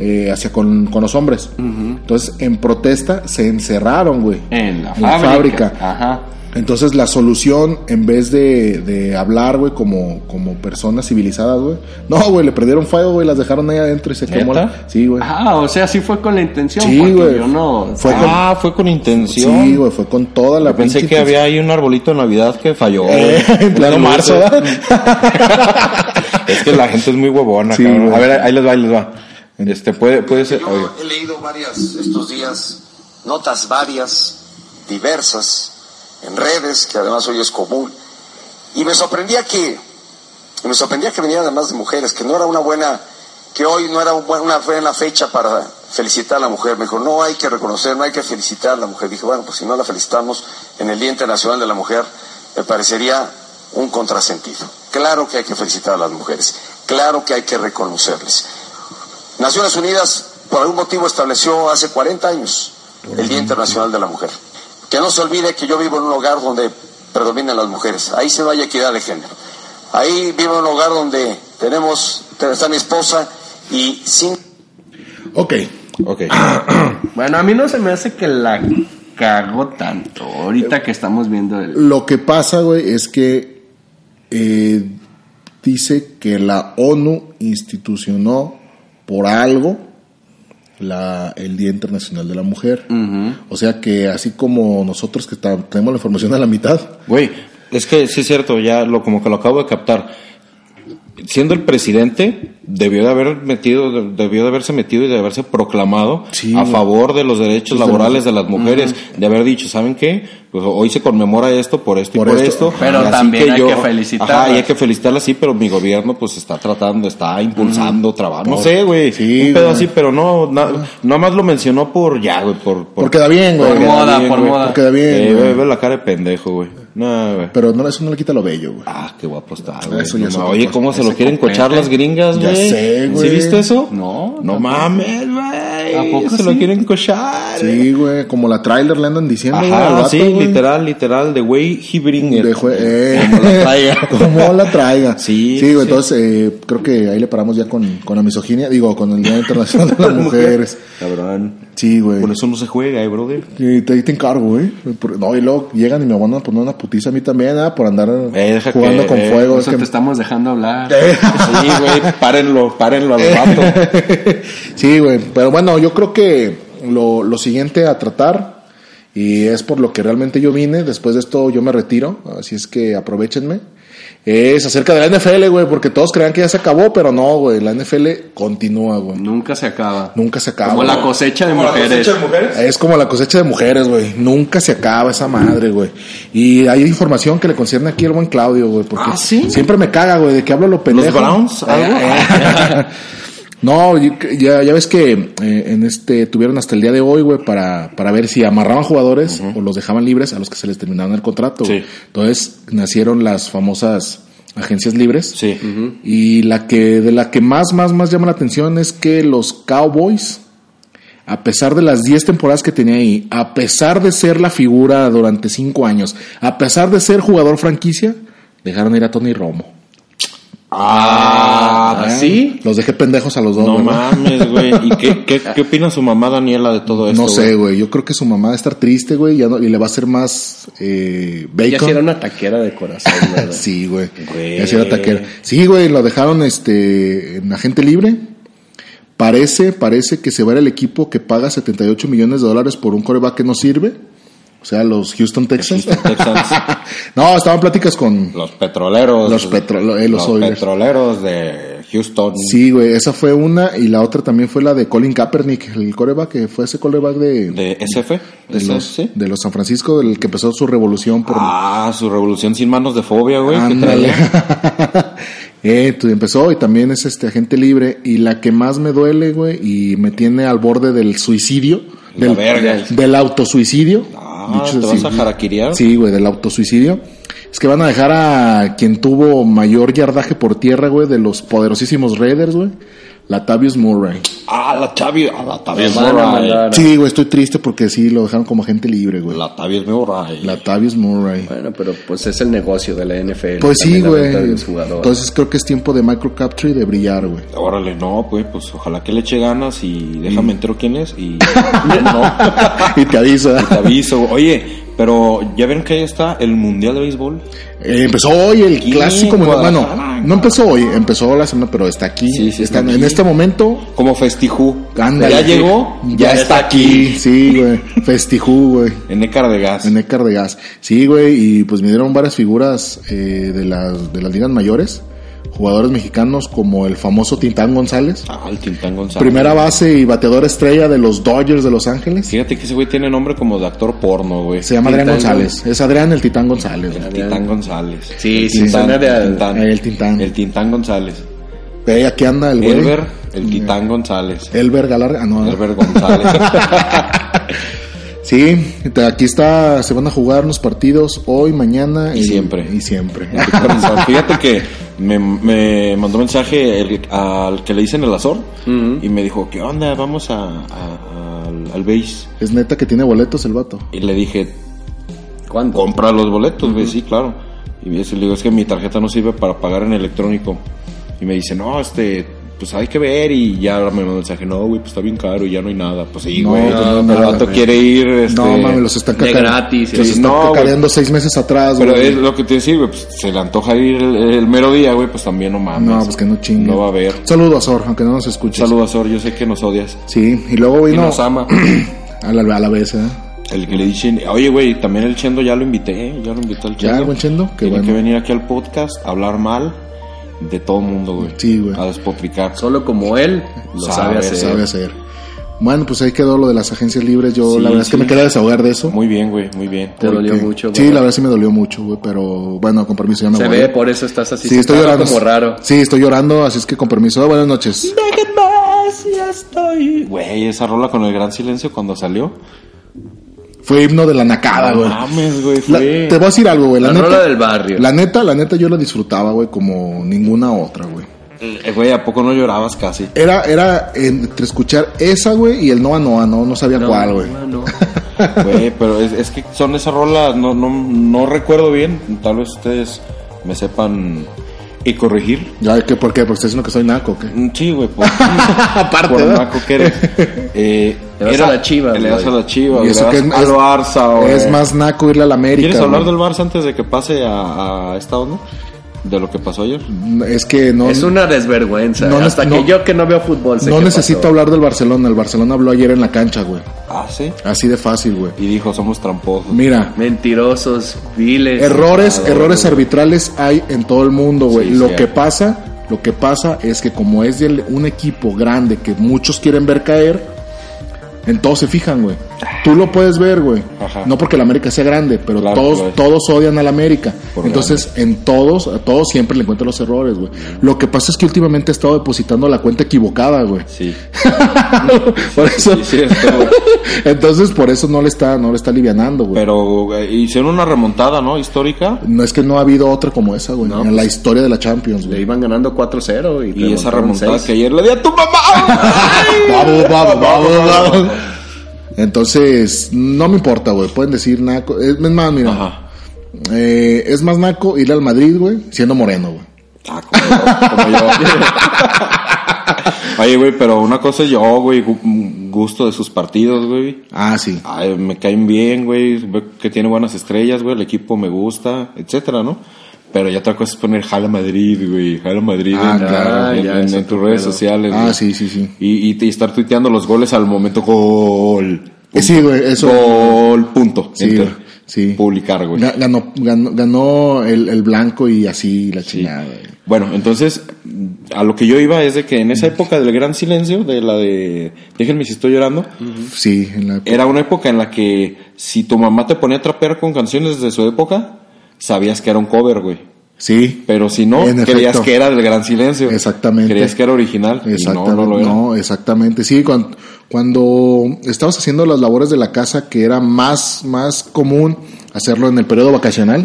eh, hacia con, con los hombres. Entonces, en protesta se encerraron, güey.
en la
en la
fábrica.
fábrica.
Ajá.
Entonces la solución, en vez de, de hablar, güey, como, como personas civilizadas, güey. No, güey, le prendieron fuego, güey, las dejaron ahí adentro y se quemó. la-
¿Neta?
Sí, güey.
Ah, o sea, sí fue con la intención.
Sí,
porque
güey.
Yo no.
Fue con-
Ah, fue con intención.
Sí, güey, fue con toda la
Yo pensé
pinche
que
intención.
había ahí un arbolito de Navidad que falló.
[LAUGHS] Eh,
[LAUGHS] güey.
en pleno
Una luz,
marzo,
eh.
¿verdad?
Es que la gente es muy huevona,
Sí,
cabrón.
güey.
A ver, ahí les va, ahí les va. Este, puede, puede ser. oye.
Yo he leído varias estos días, notas varias, diversas, en redes, que además hoy es común. Y me sorprendía que, y me sorprendía que venía además de mujeres, que no era una buena, que hoy no era un buen- una buena fecha para felicitar a la mujer. Me dijo, no hay que reconocer, no hay que felicitar a la mujer. Dije, bueno, pues si no la felicitamos en el Día Internacional de la Mujer, me parecería un contrasentido. Claro que hay que felicitar a las mujeres, claro que hay que reconocerles. Naciones Unidas, por algún motivo, estableció hace 40 años el Día Internacional de la Mujer. Que no se olvide que yo vivo en un hogar donde predominan las mujeres. Ahí se vaya equidad de género. Ahí vivo en un hogar donde tenemos, está mi esposa y cinco...
Ok.
Ok.
Bueno, a mí no se me hace que la cago tanto. Ahorita que estamos viendo el.
Lo que pasa, güey, es que eh, dice que la ONU institucionó por algo la, el Día Internacional de la Mujer. O sea que así como nosotros que ta- tenemos la información a la mitad,
Güey, es que sí es cierto, ya lo como que lo acabo de captar. Siendo el presidente, debió de haber metido, de- debió de haberse metido y de haberse proclamado
Sí,
a
güey.
favor de los derechos laborales de las mujeres, de haber dicho, ¿saben qué? Pues hoy se conmemora esto por esto
Por
y por
esto.
esto.
Pero
así
también hay que felicitarlas.
Ajá, y hay que felicitarlas, sí, pero mi gobierno pues está tratando, está impulsando trabajo. No
Por-
sé, güey.
Sí,
un pedo
güey.
así, pero no, na- nada más lo mencionó por ya, güey, por, por,
porque da bien, güey.
Por
queda
moda,
bien,
por
güey,
moda.
Porque da bien.
Eh,
güey.
güey, ve la cara de pendejo, güey. No, güey.
Pero no, eso no le quita lo bello, güey.
Ah, qué guapo está, güey.
Eso ya
No
es
ma-
otra
Oye,
cosa.
¿cómo se lo
Ese
quieren
copete.
cochar las gringas,
Ya
güey?
sé, güey.
¿Sí viste eso?
No,
No mames, güey.
¿A poco
se
sí?
lo quieren cochar.
Sí, güey, como la trailer le andan diciendo, güey, al
Ajá,
vato,
sí,
güey.
literal, literal, de güey Hibringer.
Dejó- eh.
[LAUGHS] Como la
[LAUGHS]
traiga.
Como la traiga.
Sí,
Sí, güey,
sí.
entonces eh, creo que ahí le paramos ya con, con la misoginia, digo, con el
[LAUGHS]
Día Internacional de las Mujeres.
Cabrón.
Sí, güey.
Por eso no se juega, eh, brother.
Y te, ahí te encargo, güey. Por- No, y luego llegan y me van a poner una putiza a mí también, ah, por andar
Eh, deja
jugando
que-
con
eh,
fuego.
Por
Es
eso
que-
te estamos
[LAUGHS]
dejando hablar.
Sí, güey, párenlo, párenlo al rato.
sí, güey. Pero bueno, yo creo que lo, lo siguiente a tratar, y es por lo que realmente yo vine, después de esto yo me retiro, así es que aprovechenme, es acerca de la NFL, güey, porque todos crean que ya se acabó, pero no, güey, la NFL continúa, güey.
Nunca se acaba.
Nunca se acaba.
Como la
güey.
cosecha de mujeres.
Es como la cosecha de mujeres, güey. Nunca se acaba esa madre, güey. Y hay información que le concierne aquí al buen Claudio, güey. Porque
Ah, ¿sí?
siempre me caga, güey, de que hablo lo pendejo.
Browns?
Ah,
Ah,
¿Algo?
Eh, no, y- ya, ya ves que eh, en este tuvieron hasta el día de hoy, güey, para, para ver si amarraban jugadores o los dejaban libres a los que se les terminaban el contrato. güey.
Sí.
Entonces nacieron las famosas agencias libres.
Sí.
Y la que de la que más más más llama la atención es que los Cowboys a pesar de las 10 temporadas que tenía ahí, a pesar de ser la figura durante 5 años, a pesar de ser jugador franquicia, dejaron ir a Tony Romo.
Ah, ¿sí?
Los dejé pendejos a los dos.
No
güey, ¿no?
mames, güey. ¿Y qué,
[LAUGHS]
qué, qué opina su mamá Daniela de todo esto?
No sé, güey. Yo creo que su mamá va a estar triste, güey, ya no- y le va a hacer más eh,
Ya
bacon.
si era una taquera de corazón, ¿verdad?
Sí, güey.
Güey.
Ya se iba a taquera. Sí, güey, lo dejaron este en agente libre. Parece, parece que se va a ir el equipo que paga 78 millones de dólares por un coreback que no sirve. O sea, los Houston Texans.
Texans,
[LAUGHS] no, estaban pláticas con.
los petroleros.
Los petrolo- eh, los Oilers.
petroleros de Houston.
Sí, güey, esa fue una. Y la otra también fue la de Colin Kaepernick, el coreback que fue ese coreback de,
De SF.
de
¿Ese,
los,
sí?
de los San Francisco, del que empezó su revolución por.
Ah, su revolución sin manos de fobia, güey. ¿Qué
Ándale.
traía?
[LAUGHS] eh, tú empezó y también es este agente libre. Y la que más me duele, güey, y me tiene al borde del suicidio.
La
Del,
verga.
del autosuicidio.
Ah,
dicho
¿te
así.
vas a jaraquirear?
Sí, güey, del autosuicidio. Es que van a dejar a quien tuvo mayor yardaje por tierra, güey, de los poderosísimos Raiders, güey. Latavius Murray.
Ah, la Chavi. Ah, la Tavius
Van a
Murray.
mandar-
Sí, güey, estoy triste porque sí, lo dejaron como agente libre, güey.
La Tavius Murray.
Latavius Murray.
Bueno, pero pues es el negocio de la NFL.
Pues sí,
también la
güey.
venta de los jugadores.
Entonces creo que es tiempo de micro capture y de brillar, güey.
Órale, no, pues, pues ojalá que le eche ganas y
Mm.
déjame entero quién es
[LAUGHS]
y no,
y te avisa.
te aviso. Oye, pero ya ven que ahí está el Mundial de Béisbol.
Eh, empezó hoy el
Aquí,
clásico
en
mundial.
Guadalajara,
Bueno,
en
no empezó hoy, empezó la semana, pero está aquí.
Sí, sí,
está
está
En
aquí.
este momento.
Como festijú.
Ándale.
Ya llegó,
ya, está, aquí. Sí, güey. Festijú, güey.
En Écar de Gas.
En Écar de Gas. Sí, güey. Y pues vinieron varias figuras eh, de, las, de las ligas mayores. Jugadores mexicanos como el famoso Tintán González.
Ah, el Tintán González.
Primera base y bateador estrella de los Dodgers de Los Ángeles.
Fíjate que ese güey tiene nombre como de actor porno, güey.
Se llama Adrián
Tintán
González. Es Adrián el Titán González. güey.
Tintán González.
Sí,
El
sí,
Tintán,
suena de-
el Tintán.
el Tintán.
El Tintán González.
Ve, aquí anda el güey.
Elber, el Titán González.
Elber Galarga. Ah, no.
Elber
[LAUGHS]
González.
Sí, te- aquí está, se van a jugar los partidos hoy, mañana
Y siempre.
Y siempre. [LAUGHS]
Fíjate que me, me mandó mensaje el- al que le dicen el Azor y me dijo, ¿qué onda? Vamos a, a- al, al base.
es neta que tiene boletos el vato.
Y le dije,
¿Cuándo?
compra los boletos, güey, sí, claro. Y me dice, le digo, es que mi tarjeta no sirve para pagar en electrónico. Y me dice, no, este, pues hay que ver. Y ya me mandó un mensaje, no, güey, pues está bien caro y ya no hay nada. Pues sí,
No,
güey,
no,
pero
no,
el vato
güey.
quiere ir, este...
No, mames, los están
de
cacare-
gratis,
Los
sí,
están
no, güey.
cacareando seis meses atrás,
Pero
güey.
es lo que te decía, güey, pues se le antoja ir el, el mero día, güey, pues también no mames.
No, pues que no chingue.
No va a haber.
Saludos, Sor, aunque no nos escuches.
Saludos, Sor, yo sé que nos odias.
Sí, y luego
Y
vino
nos ama.
[CLEARS THROAT] a la, a la vez, ¿eh?
El que le dicen, oye, güey, también el Chendo ya lo invité, ya lo invité al
Ya,
Chendo.
buen Chendo, qué
Tiene
bueno.
que venir aquí al podcast a hablar mal de todo mundo, güey.
Sí, güey.
A despotricar.
Solo como él lo
Sabe
Ah,
sabe, hacer.
hacer.
Sabe hacer. Bueno, pues ahí quedó lo de las agencias libres. Yo
Sí,
la verdad es que
sí.
me quería desahogar de eso.
Muy bien, güey, muy bien.
Te dolió
porque-
mucho,
Sí,
güey.
la verdad sí me dolió mucho, güey, pero bueno, con permiso ya me
Se
voy.
ve, por eso estás así.
Sí, estoy
sentado
llorando.
Como raro.
Sí, estoy llorando, así es que con permiso. Buenas noches.
Güey, esa rola con el gran silencio cuando salió.
Fue himno de la nacada,
No
güey.
mames, güey,
La-
fue.
te voy a decir algo, güey. La,
La
neta,
rola del barrio.
la neta, la neta, yo la disfrutaba, güey, como ninguna otra, güey.
Eh, Güey, ¿a poco no llorabas casi?
Era, era entre escuchar esa, güey, y el Noa Noa, no, no sabía cuál, güey.
No, no.
Güey, pero es, es que son esas rolas, no, no, no recuerdo bien. Tal vez ustedes me sepan y corregir.
Ya, ¿qué, ¿por qué? ¿Porque estás diciendo que soy naco, o qué?
Mm, Sí, güey,
[LAUGHS]
por,
Aparte,
por
¿verdad?
naco que eres. Eh,
Le vas a la Chivas,
Le das a
güey.
la chiva,
Y
le das
eso que es-
al Barça. güey.
Es más naco irle a la América.
¿Quieres hablar
güey.
del Barça antes de que pase a, a esta onda? ¿De lo que pasó ayer?
Es que no,
Es una desvergüenza.
No, no,
Hasta
no.
que yo que no veo fútbol. sé
no
qué
necesito
pasó.
hablar del Barcelona. El Barcelona habló ayer en la cancha, güey.
Ah, sí.
Así de fácil, güey.
Y dijo, somos tramposos.
Mira,
Mentirosos, viles.
errores,
nada,
errores
güey.
arbitrales hay en todo el mundo, güey.
Sí,
lo
sí,
que
hay.
pasa, lo que pasa es que como es del- un equipo grande que muchos quieren ver caer, en todos se fijan, güey. Tú lo puedes ver, güey.
Ajá.
No porque la América sea grande, pero
Claro,
todos,
claro.
todos odian a la América.
Por
Entonces, en todos, a todos siempre le encuentran los errores, güey. Lo que pasa es que últimamente he estado depositando la cuenta equivocada, güey.
Sí.
por eso.
Sí, sí, está, güey.
[LAUGHS] Entonces, por eso no le está, no le está alivianando, güey.
Pero güey, hicieron una remontada, ¿no? Histórica.
No es que no ha habido otra como esa, güey. en
pues.
la historia de la Champions,
Le
güey.
iban ganando 4-0. Y,
Y esa
remontaron
remontada
seis.
que ayer le di a tu mamá.
Vamos,
[LAUGHS]
vamos, vamos, vamos. Entonces, no me importa, güey. Pueden decir naco. Es es más, mira.
Ajá.
eh, es más naco ir al Madrid, güey, siendo moreno, güey.
Ah, como yo, como yo.
[LAUGHS]
Oye, güey, pero una cosa es yo, güey, gu- gusto de sus partidos, güey.
Ah, sí.
Ay, me caen bien, güey, veo que tiene buenas estrellas, güey, el equipo me gusta, etcétera, ¿no? Pero ya otra cosa es poner Jala Madrid, güey, Jala Madrid
Ah,
en,
claro,
en-
ya,
en-
eso
en tus
te
redes
creo.
sociales.
Ah,
güey.
sí, sí, sí.
Y, y- y estar tuiteando los goles al momento, gol.
Eh, sí, güey, eso.
Gol, punto.
Sí,
Enter.
güey, sí.
Publicar, güey.
Ga- Ganó, ganó, ganó el, el blanco y así la chingada. güey.
Bueno, entonces, a lo que yo iba es de que en esa
Mm.
época del gran silencio, de la de, déjenme si estoy llorando,
Mm. Sí, en la
era una época en la que si tu mamá te ponía a trapear con canciones de su época, sabías que era un cover, güey.
Sí.
Pero si no,
En
creías
efecto.
que era del gran silencio.
Exactamente.
Creías que era original. y
Exactamente.
no, no
no,
lo era.
exactamente. Sí, cuando, cuando estabas haciendo las labores de la casa, que era más, más común hacerlo en el periodo vacacional,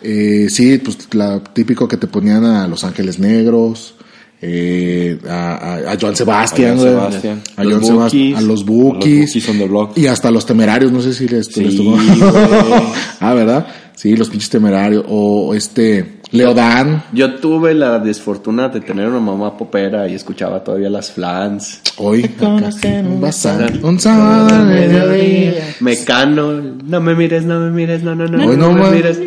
eh, sí, pues la típico que te ponían a Los Ángeles Negros. eh, a, a, a Joan Sebastián,
A
güey.
Joan
a
Sebastián.
Los
Joan Sebast-
Bookies.
a
A
los
los
Bookies,
Bookies on the Block.
y hasta los temerarios, no sé si les,
Sí,
les tocó.
güey.
[LAUGHS] ah, ¿verdad? Sí, los pinches temerarios, o este, Leodán,
Yo tuve la desfortuna de tener una mamá popera y escuchaba todavía las flans.
Hoy acá, un bazar, un sábado al mediodía.
Mecano. No me mires, no me mires, no, no, no.
Hoy
no
Pues no
me
más.
mires.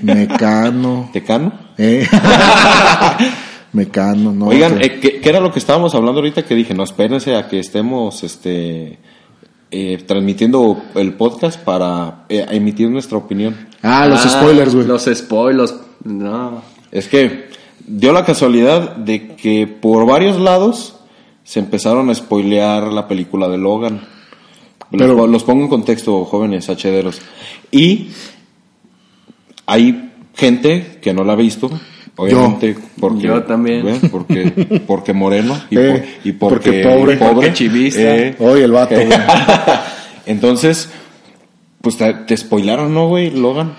Mecano,
Tecano.
eh. [LAUGHS] Mecano, no.
Oigan,
que-
eh, ¿qué, qué era lo que estábamos hablando ahorita? Que dije, no, espérense a que estemos este, eh, transmitiendo el podcast para eh, emitir nuestra opinión.
ah, los
Ah,
spoilers, güey.
Los spoilers. No.
Es que dio la casualidad de que por varios lados se empezaron a spoilear la película de Logan. Los
Pero-
po- los pongo en contexto, jóvenes hederos. Y hay gente que no la ha visto, obviamente, porque
Yo también.
güey,
[LAUGHS]
porque porque moreno y,
Eh,
por- y porque, Eh,
porque pobre.
Porque chivista.
Hoy el vato,
[LAUGHS]
güey.
Entonces, pues te, te spoilaron, ¿no, güey, Logan?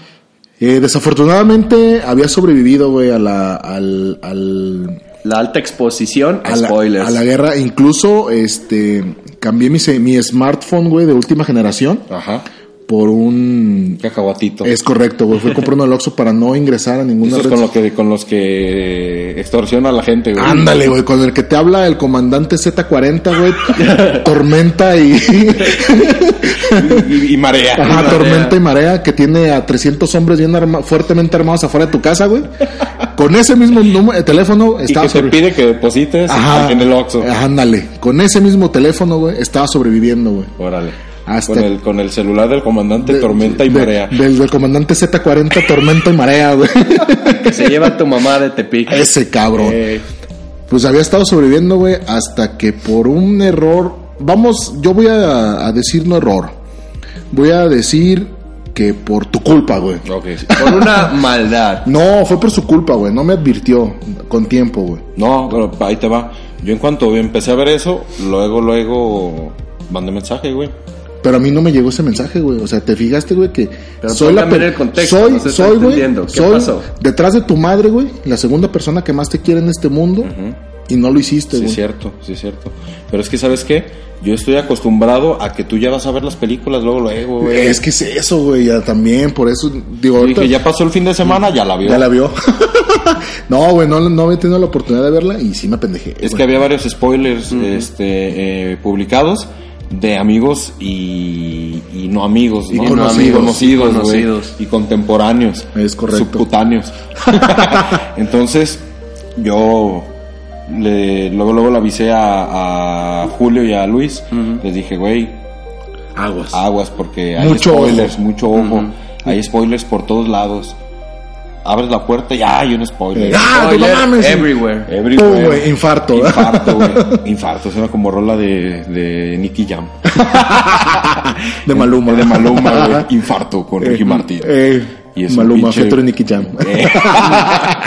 Eh, desafortunadamente había sobrevivido, güey, a la, al, al,
La alta exposición a,
a la,
spoilers.
a la guerra. Incluso, este, cambié mi, se- mi smartphone, güey, de última generación
Ajá.
por un...
Cacahuatito.
Es correcto, güey. Fui a comprar uno al Oxxo para no ingresar a ninguna
Eso es
red
con, lo que, con los que eh, extorsiona a la gente, güey.
Ándale, güey, con el que te habla el comandante Z40,
[LAUGHS]
güey, tormenta y...
Y, y marea.
Ajá,
marea.
tormenta y marea, que tiene a 300 hombres bien arma- fuertemente armados afuera de tu casa, güey. Con ese mismo número, eh, teléfono
y
estaba
que te
sobre-
pide que deposites
Ajá, Eh,
en el Oxxo.
Ajá, ándale. Con ese mismo teléfono, güey, estaba sobreviviendo, güey.
Órale.
Hasta-
Con, el, con el celular del comandante
De-
Tormenta y
de-
Marea.
Del, del comandante Z40, tormenta y marea, güey. [LAUGHS]
Que se lleva tu mamá de Tepic.
ese cabrón.
Eh,
Pues había estado sobreviviendo, güey, hasta que por un error. Vamos, yo voy a, a decir no error. Voy a decir que por tu culpa, güey.
ok.
Por una maldad.
No, fue por su culpa, güey. No me advirtió con tiempo, güey.
No, pero ahí te va. Yo en cuanto empecé a ver eso, luego, luego mandé mensaje, güey.
Pero a mí no me llegó ese mensaje, güey. O sea, te fijaste, güey, que
Pero póngame
per-
en el contexto,
soy,
no se está
soy, güey,
entendiendo. ¿Qué
soy
pasó?
detrás de tu madre, güey, la segunda persona que más te quiere en este mundo y no lo hiciste,
Sí,
güey.
es cierto, sí, es cierto. Pero es que, ¿sabes qué? Yo estoy acostumbrado a que tú ya vas a ver las películas luego, luego, güey.
es que es eso, güey, ya también, por eso digo,
Yo
ahorita
dije, ya pasó el fin de semana, ya la vio.
ya la vio. [LAUGHS] no, güey, no, no había tenido la oportunidad de verla y sí me pendejé.
Es que
güey.
había varios spoilers este, eh, publicados de amigos y, y no amigos,
Y
¿no?
conocidos.
No amigos, conocidos, güey,
Conocidos.
y contemporáneos,
Es correcto.
subcutáneos. [LAUGHS] Entonces, yo le- luego luego le avisé a, a Julio y a Luis, les dije, güey,
aguas.
Ah,
aguas porque hay
Mucho
spoilers,
ojo.
mucho ojo, hay spoilers por todos lados. Abres la puerta y hay un spoiler.
Ah, no
Spoiler
mames.
Everywhere.
Everywhere.
Pum, güey, infarto. ¿eh?
Infarto,
[LAUGHS]
güey. Infarto, suena como rola de, de Nicky Jam.
De Maluma.
De Maluma, güey.
[LAUGHS]
Infarto con Ricky
Eh,
Martin.
eh,
Y es un
Maluma,
pinche-
Fetro y Nicky Jam.
[LAUGHS]
[LAUGHS]
Eh. [LAUGHS]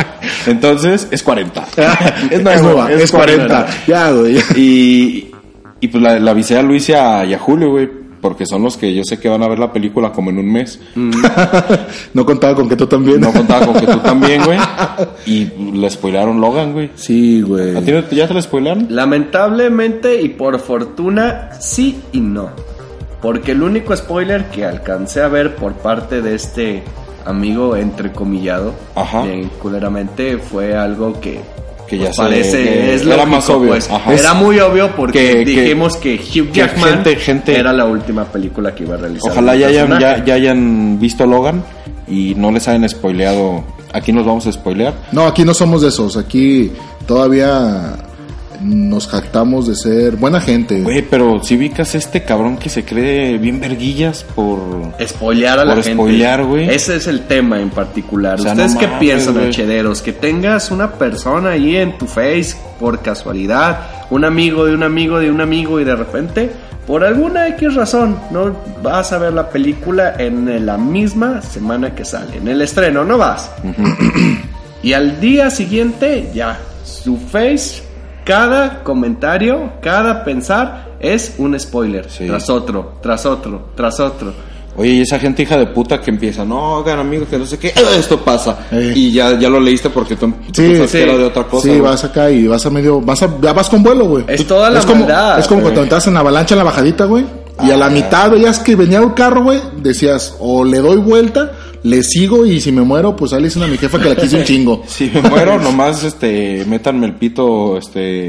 Entonces, es
[LAUGHS]
40.
es nueva, es 40. Ya, güey.
Y, y pues la, la avisé a Luis y a, y a Julio, güey. Porque son los que yo sé que van a ver la película como en un mes.
No contaba con que tú también.
No contaba con que tú también,
[LAUGHS]
güey. Y le spoilaron Logan, güey.
[LAUGHS] Sí, güey.
¿A ti no- ya te la spoilaron?
Lamentablemente y por fortuna, sí y no. Porque el único spoiler que alcancé a ver por parte de este amigo entrecomillado,
Ajá.
bien culeramente, fue algo que,
Que ya
pues,
se-
parece,
que
es
era
lógico,
más obvio,
pues.
ajá.
Era muy obvio porque
Que- que-
dijimos que, Hugh
que
Jackman
gente- gente-
era la última película que iba a realizar.
Ojalá
el
ya hayan,
personaje.
ya, ya hayan visto Logan y no les hayan spoileado. Aquí nos vamos a spoilear.
No, aquí no somos de esos. Aquí todavía nos jactamos de ser buena gente.
Güey, pero si ubicas este cabrón que se cree bien verguillas por...
Spoilear a la
Por
gente.
spoilear, güey.
Ese es el tema en particular.
O sea,
¿Ustedes
no
qué
mames,
piensan,
güey.
Hederos? Que tengas una persona ahí en tu face por casualidad, un amigo de un amigo de un amigo y de repente, por alguna X razón, no vas a ver la película en la misma semana que sale, en el estreno, no vas. y al día siguiente, ya, su face, cada comentario, cada pensar es un spoiler,
Sí.
tras otro, tras otro, tras otro.
Oye, y esa gente hija de puta que empieza, no, hagan amigos, que no sé qué, [LAUGHS] ¡ah, esto pasa.
Eh.
Y ya, ya lo leíste porque tú, tú
Sí,
pensabas
sí.
que era de otra cosa.
sí,
güey.
vas acá y vas a medio, vas a, ya vas con vuelo, güey.
Es toda la
como,
maldad,
Es como
güey.
cuando te entras en la avalancha en la bajadita, güey. Y
Ah.
a la mitad veías que venía un carro, güey. Decías, o le doy vuelta, le sigo y si me muero, pues ahí le dicen a mi jefa que la quise
[LAUGHS]
un chingo.
Si me muero, [LAUGHS] nomás, este, métanme el pito,
[LAUGHS]
este...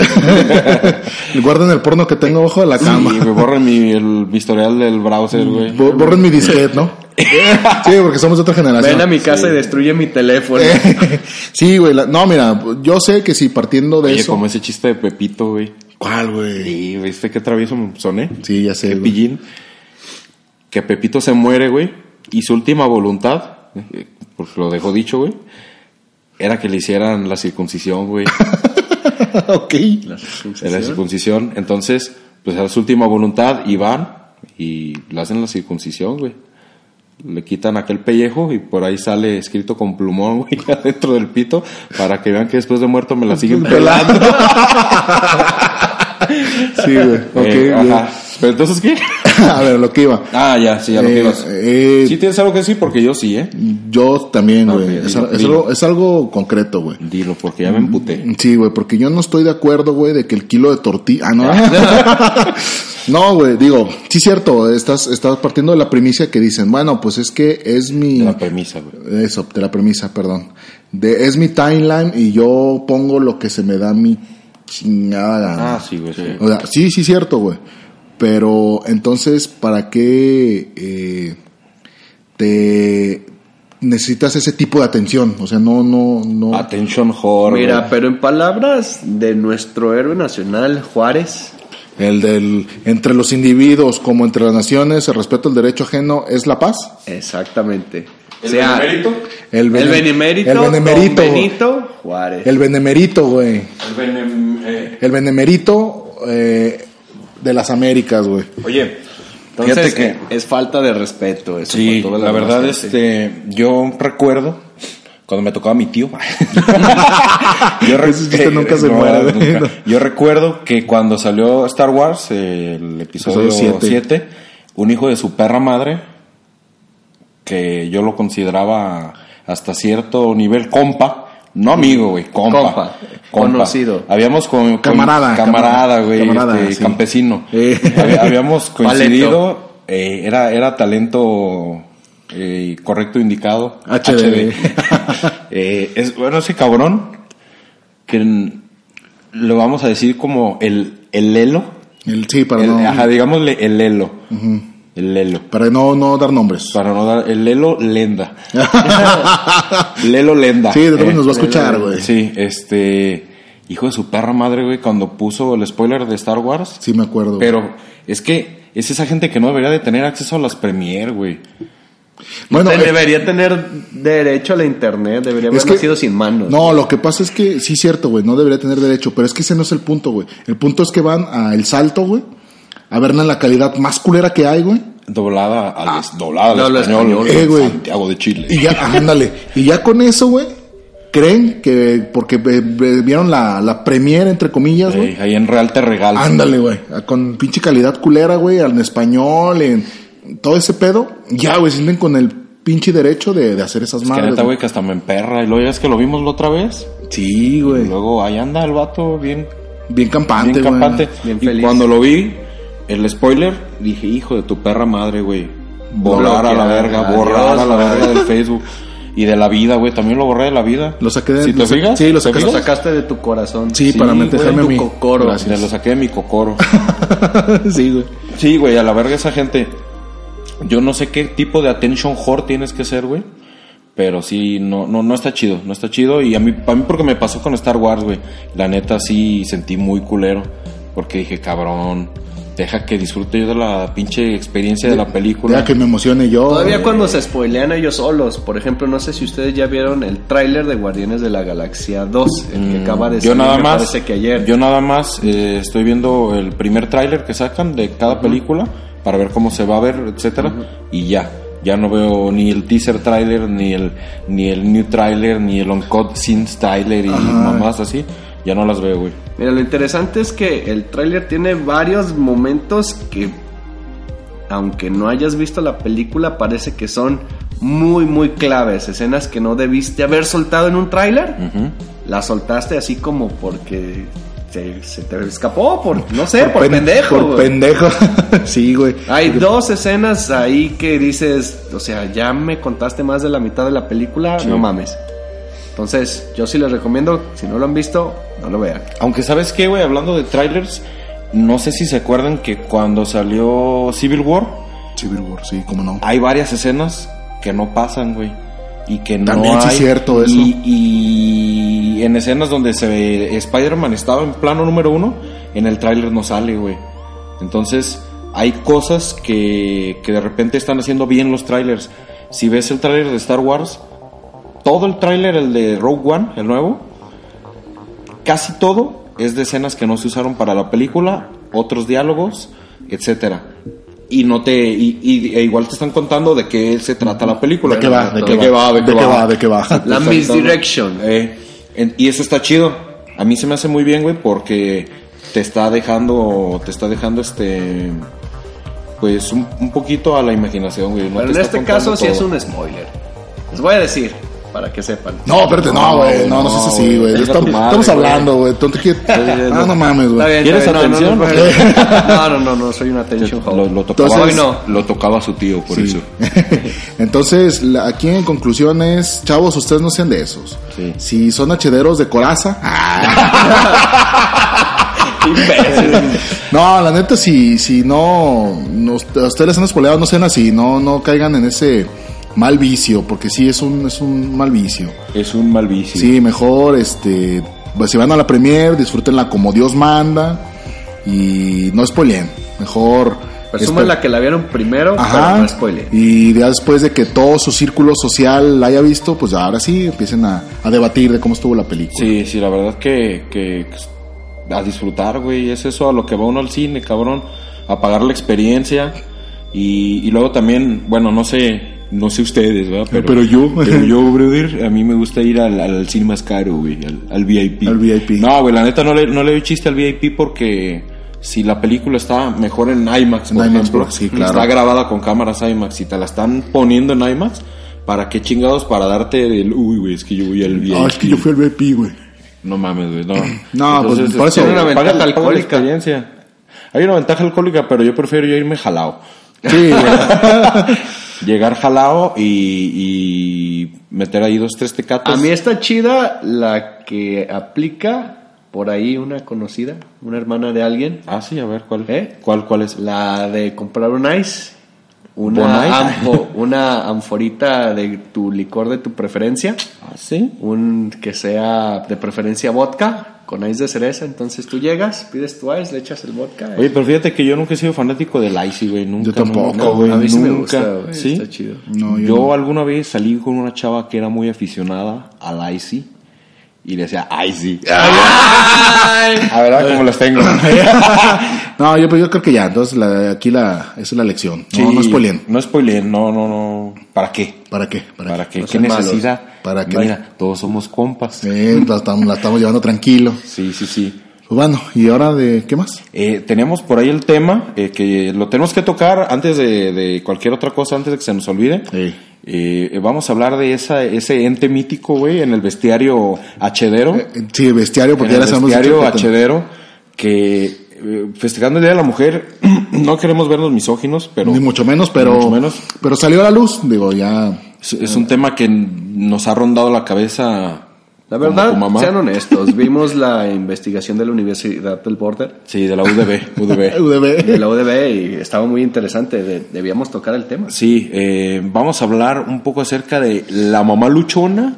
[LAUGHS]
Y Guarden el porno que tengo abajo de la cama.
y me borren mi, el historial del browser, güey.
Bo- Borren mi
[LAUGHS]
disquete, ¿no? sí, porque somos de otra generación.
Ven a mi casa y destruye mi teléfono.
[LAUGHS] sí, güey. la- No, mira, yo sé que si partiendo de
Oye,
eso.
como ese chiste de Pepito, güey.
¿Cuál, güey?
Y viste qué travieso me soné.
Sí, ya sé.
Qué [LAUGHS]
güey.
pillín. Que Pepito se muere, güey. Y su última voluntad, eh, porque lo dejó dicho, güey, era que le hicieran la circuncisión, güey.
[LAUGHS] ok.
la circuncisión. Entonces, pues era su última voluntad y van y le hacen la circuncisión, güey. Le quitan aquel pellejo y por ahí sale escrito con plumón, güey, [LAUGHS] adentro del pito, para que vean que después de muerto
[LAUGHS]
me la siguen pelando.
Sí, güey. Ok,
Eh,
güey.
ajá. ¿Pero entonces qué?
[LAUGHS] a ver, lo que iba.
Ah, ya, sí, ya lo que
Eh,
ibas.
eh,
sí tienes algo que decir porque yo sí, ¿eh?
Yo también,
Ah, Ok,
güey. es,
dilo,
es
dilo.
algo, es algo concreto, güey.
Dilo, porque ya me emputé.
Sí, güey, porque yo no estoy de acuerdo, güey, de que el kilo de tortilla. Ah,
[LAUGHS]
no. [LAUGHS] no, güey, digo, sí, cierto. Estás, estás partiendo de la premisa que dicen, bueno, pues es que es mi.
La premisa, güey.
Eso, de la premisa, perdón. De, es mi timeline y yo pongo lo que se me da mi chingada. gana.
Ah, sí, güey. sí.
O sea, sí, sí, cierto, güey. Pero entonces, ¿para qué eh, te necesitas ese tipo de atención? O sea, no, no, no.
Attention whore.
Mira,
güey.
pero en palabras de nuestro héroe nacional, Juárez,
El del entre los individuos como entre las naciones, el respeto al derecho ajeno es la paz.
exactamente.
¿El
O sea,
benemérito?
El,
El
bene-
benemérito.
El benemerito.
Don
güey.
Benito Juárez.
El benemerito, güey.
El benem- eh,
El benemerito eh, de las Américas, güey.
Oye, fíjate
Entonces,
que...
es falta de respeto. Eso
Sí,
por toda
la verdad,
demás gente.
este, yo recuerdo cuando me tocaba mi tío. [LAUGHS] yo
Pues es que usted nunca se muere, güey.
Yo recuerdo que cuando salió Star Wars, eh, el episodio
Episodio
7,
siete.
un hijo de su perra madre, que yo lo consideraba hasta cierto nivel compa, no amigo, güey, compa,
Compa, conocido.
Habíamos con, con- camarada,
Camarada, camarada,
güey,
camarada,
este,
sí.
campesino.
[LAUGHS] Eh.
Había- habíamos coincidido, eh, era, era talento eh, correcto indicado.
HD.
[LAUGHS] Eh, es, bueno, ese cabrón, que n- lo vamos a decir como el, el Lelo.
El, sí, para
El-
no,
ajá, digámosle el Lelo. El Lelo.
para no, no dar nombres.
Para no dar, el Lelo
[LAUGHS]
Lenda. Lelo Lenda.
Sí, de repente
Eh,
nos va a escuchar, güey. Sí.
Sí, este. Hijo de su perra madre, güey, cuando puso el spoiler de Star Wars.
me acuerdo. güey.
Pero es que es esa gente que no debería de tener acceso a las premier, güey.
bueno,
Te-
eh,
debería tener derecho a la internet, debería haber
es que-
nacido sin manos.
No, lo que pasa es que sí, cierto, güey, no debería tener derecho, pero es que ese no es el punto, güey. El punto es que van a El Salto, güey, a ver la calidad más culera que hay, güey.
Doblada al,
Ah,
es- doblada al
no habla
español,
español.
güey,
Eh, güey.
Santiago de Chile.
Y ya, ándale. Y ya con eso, güey, creen que porque ve- ve- vieron la, la premiere, entre comillas, güey.
Ey, ahí en Real te regalo.
Ándale, güey. Con pinche calidad culera, güey, en español, en todo ese pedo. Ya, güey, sienten con el pinche derecho de, de hacer esas
Es que
madres.
neta,
güey.
güey, que hasta me emperra. Y luego ya es que lo vimos la otra vez.
Sí,
Y
güey.
luego ahí anda el vato bien,
Bien campante,
bien
güey.
capante.
Bien
y
feliz.
cuando lo vi, el spoiler, dije, hijo de tu perra madre, güey. Borrar a la
Bloquear,
verga,
adiós,
borrar a la
madre.
verga del Facebook. Y de la vida, güey. También lo borré de la vida.
Lo saqué de-
¿Sí te
lo sa-
fijas?
sí, lo
¿Te
saqué-
Lo
fijas?
sacaste de tu corazón.
Sí, para
güey,
meterme
de
a mí.
tu cocoro.
Gracias.
Te lo saqué de mi cocoro.
sí, güey.
Sí, güey, a la verga esa gente. Yo no sé qué tipo de attention whore tienes que ser, güey. Pero sí, no, no, no está chido, no está chido. Y a mí, para mí porque me pasó con Star Wars, güey. La neta sí sentí muy culero. Porque dije, cabrón, deja que disfrute yo de la pinche experiencia de, la película.
Ya que me emocione yo.
Todavía
güey.
cuando se spoilean ellos solos, por ejemplo, no sé si ustedes ya vieron el tráiler de Guardianes de la Galaxia 2, el que acaba de
Mm, yo
salir,
nada
me
más,
parece que ayer.
yo nada más eh, estoy viendo el primer tráiler que sacan de cada película para ver cómo se va a ver, etcétera, y ya. Ya no veo ni el teaser tráiler, ni el ni el new tráiler, ni el on-code scenes tráiler y mamás así. Ya no las veo, güey.
Mira, lo interesante es que el tráiler tiene varios momentos que, aunque no hayas visto la película, parece que son muy, muy claves. Escenas que no debiste haber soltado en un tráiler,
Ujú.
las soltaste así como porque se, se te escapó, por no sé, por,
pen-
pendejo.
Por
güey.
pendejo. [LAUGHS] sí, güey.
Hay dos escenas ahí que dices, o sea, ya me contaste más de la mitad de la película, no mames. Entonces, yo sí les recomiendo, si no lo han visto, no lo vean.
Aunque sabes qué, güey, hablando de trailers, no sé si se acuerdan que cuando salió Civil War,
Civil War, sí, cómo no.
hay varias escenas que no pasan, güey. Y que no
También sí
hay.
es cierto eso.
Y, y en escenas donde se ve Spider-Man estaba en plano número uno, en el tráiler no sale, güey. Entonces, hay cosas que, que de repente están haciendo bien los trailers. Si ves el tráiler de Star Wars, todo el tráiler, el de Rogue One, el nuevo, casi todo es de escenas que no se usaron para la película, otros diálogos, etcétera. Y no te y, y- e igual te están contando de qué se trata la película,
¿De qué va? ¿De qué va?
de qué va,
¿De qué va? [LAUGHS]
La
Exacto.
misdirection.
Eh, en- y eso está chido. A mí se me hace muy bien, güey, porque te está dejando te está dejando este pues un, un poquito a la imaginación, güey. No
Pero
te está
en este
contando
caso sí
todo.
es un spoiler. Les voy a decir, para que sepan.
No, espérate, no, güey. No, no, seas así, güey.
Venga
Estamos,
tu madre,
estamos
güey.
hablando, güey. Tonto que- Ah, [LAUGHS] no mames,
Está
güey.
bien,
¿Quieres
está bien, no,
atención?
No, no, no, no, no, no, soy una
Te-
atención
Lo, lo tocaba,
Entonces- Hoy no.
lo tocaba su tío, por
Sí.
eso.
[LAUGHS] Entonces, la- aquí en conclusión es, chavos, ustedes no sean de esos.
Sí.
Si son hederos de coraza. [LAUGHS] no, la neta, si, si no, no- a ustedes les han espoleado, no sean así, no, no caigan en ese mal vicio, porque sí es un, es un mal vicio.
Es un mal vicio.
Sí, mejor, este, pues, si van a la premier, disfrútenla como Dios manda y no spoileen. Mejor.
Presuman la que la vieron primero,
Ajá.
pero no spoiler.
Y ya después de que todo su círculo social la haya visto, pues ahora sí empiecen a, a debatir de cómo estuvo la película. Ah,
Sí, sí, la verdad que, que pues, a disfrutar, güey, es eso a lo que va uno al cine, cabrón, a pagar la experiencia y, y luego también, bueno, no sé, no sé ustedes, ¿verdad?
Pero yo. [LAUGHS]
pero yo, brother, a mí me gusta ir al, al cine más caro, güey, al, al VIP.
Al VIP.
No, güey, la neta no le, no le doy chiste al VIP porque si la película está mejor en IMAX,
En
por
IMAX,
ejemplo,
bro, sí, claro.
está grabada con cámaras IMAX y te la están poniendo en IMAX, ¿para qué chingados? Para darte el, uy, güey, es que yo voy al VIP.
Ah, es que yo fui al VIP, güey.
No mames, güey,
[CLEARS THROAT]
no.
No, pues, por eso-
este,
Tiene una
ventaja
paga- paga la
alcohólica.
experiencia. Hay una ventaja alcohólica, pero yo prefiero yo irme jalao.
Sí, güey.
Llegar jalao y, y meter ahí dos, tres tecatos.
A mí está chida la que aplica por ahí una conocida, una hermana de alguien,
Ah, sí, a ver, ¿cuál?
¿Eh?
¿Cuál, cuál es?
la de comprar un ice,
¿Bon Ice?
una,
[LAUGHS]
amfo- una anforita de tu licor de tu preferencia,
Ah, sí.
un que sea de preferencia vodka con ice de cereza, entonces tú llegas, pides tu ice, le echas el vodka.
Oye, pero fíjate que yo nunca he sido fanático del Icy, güey. Nunca.
Yo tampoco,
nunca,
güey,
a mí sí me
nunca.
gusta, güey,
¿Sí?
está chido.
[LAUGHS] No,
yo
yo no.
alguna vez salí con una chava que era muy aficionada al Icy y le decía Icy.
Ah,
A ver, ¿cómo los tengo?
No, yo, pero yo creo que ya. Entonces, la- aquí la, esa es la lección. No,
Sí,
no spoileen.
No spoileen, no, no, no. ¿Para qué?
¿Para qué?
¿Para qué?
no
¿Qué
sean malos.
necesidad?
¿Para qué?
Mira, todos somos compas.
Sí, la estamos, la estamos llevando tranquilo.
Sí, sí, sí.
Pues bueno, ¿y ahora de qué más?
Eh, tenemos por ahí el tema eh, que lo tenemos que tocar antes de, de cualquier otra cosa, antes de que se nos olvide.
Sí.
Eh, eh, vamos a hablar de esa, ese ente mítico, güey, en el bestiario hachedero.
Eh, Sí, bestiario, porque
en
ya
el
les hemos
bestiario
dicho que-
hachedero que eh, festejando el Día de la Mujer, [CLEARS THROAT] no queremos vernos misóginos, pero...
Ni mucho menos, pero.
Ni mucho menos.
Pero salió a la luz. Digo, ya.
Es, es un tema que nos ha rondado la cabeza.
La
como
verdad,
tu mamá.
sean honestos, vimos la investigación de la Universidad del Border,
Sí, de la UDB.
[LAUGHS]
UDB.
UDB.
de la UDB, y estaba muy interesante, de- debíamos tocar el tema.
Sí, eh, vamos a hablar un poco acerca de la mamá luchona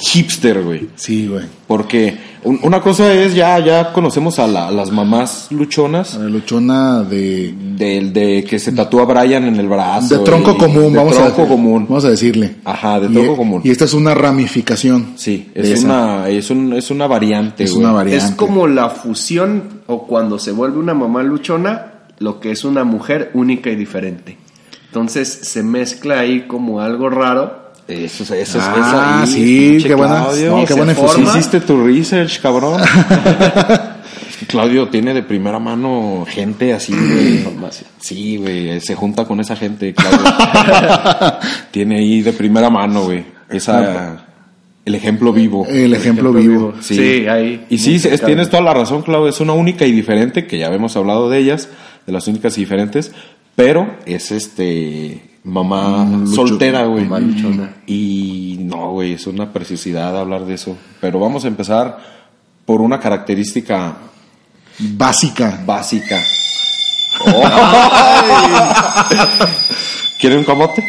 hipster, güey.
Sí, güey.
Porque un- una cosa es, ya, ya conocemos a, la- a las mamás luchonas.
La luchona de.
Del de que se tatúa Brian en el brazo.
De tronco
y-
común,
de
vamos a
tronco
decir-
común.
Vamos a decirle.
Ajá, de
Y- e,
tronco común.
Y esta es una ramificación.
Sí,
de
es
esa.
una, es, un, es una variante,
Es
güey.
una variante.
Es como la fusión o cuando se vuelve una mamá luchona, lo que es una mujer única y diferente. Entonces se mezcla ahí como algo raro.
Eso, es- eso, es-
Ah,
es ahí,
sí,
pinche
qué buena-
Claudio.
no, qué
Se
buena
forma.
infusión.
Hiciste tu research, cabrón. Es que [LAUGHS] Claudio tiene de primera mano gente así, güey. Sí, güey, se junta con esa gente, Claudio. [LAUGHS] tiene ahí de primera mano, güey. Esa, el ejemplo vivo.
El ejemplo vivo.
Sí.
ahí.
Y sí, es- tienes toda la razón, Claudio. Es una única y diferente, que ya habíamos hablado de ellas, de las únicas y diferentes, pero es este mamá soltera, güey.
mamá luchona.
Y no, güey, es una preciosidad hablar de eso. Pero vamos a empezar por una característica
Básica.
[LAUGHS]
básica. [LAUGHS] ¿Quieren un camote?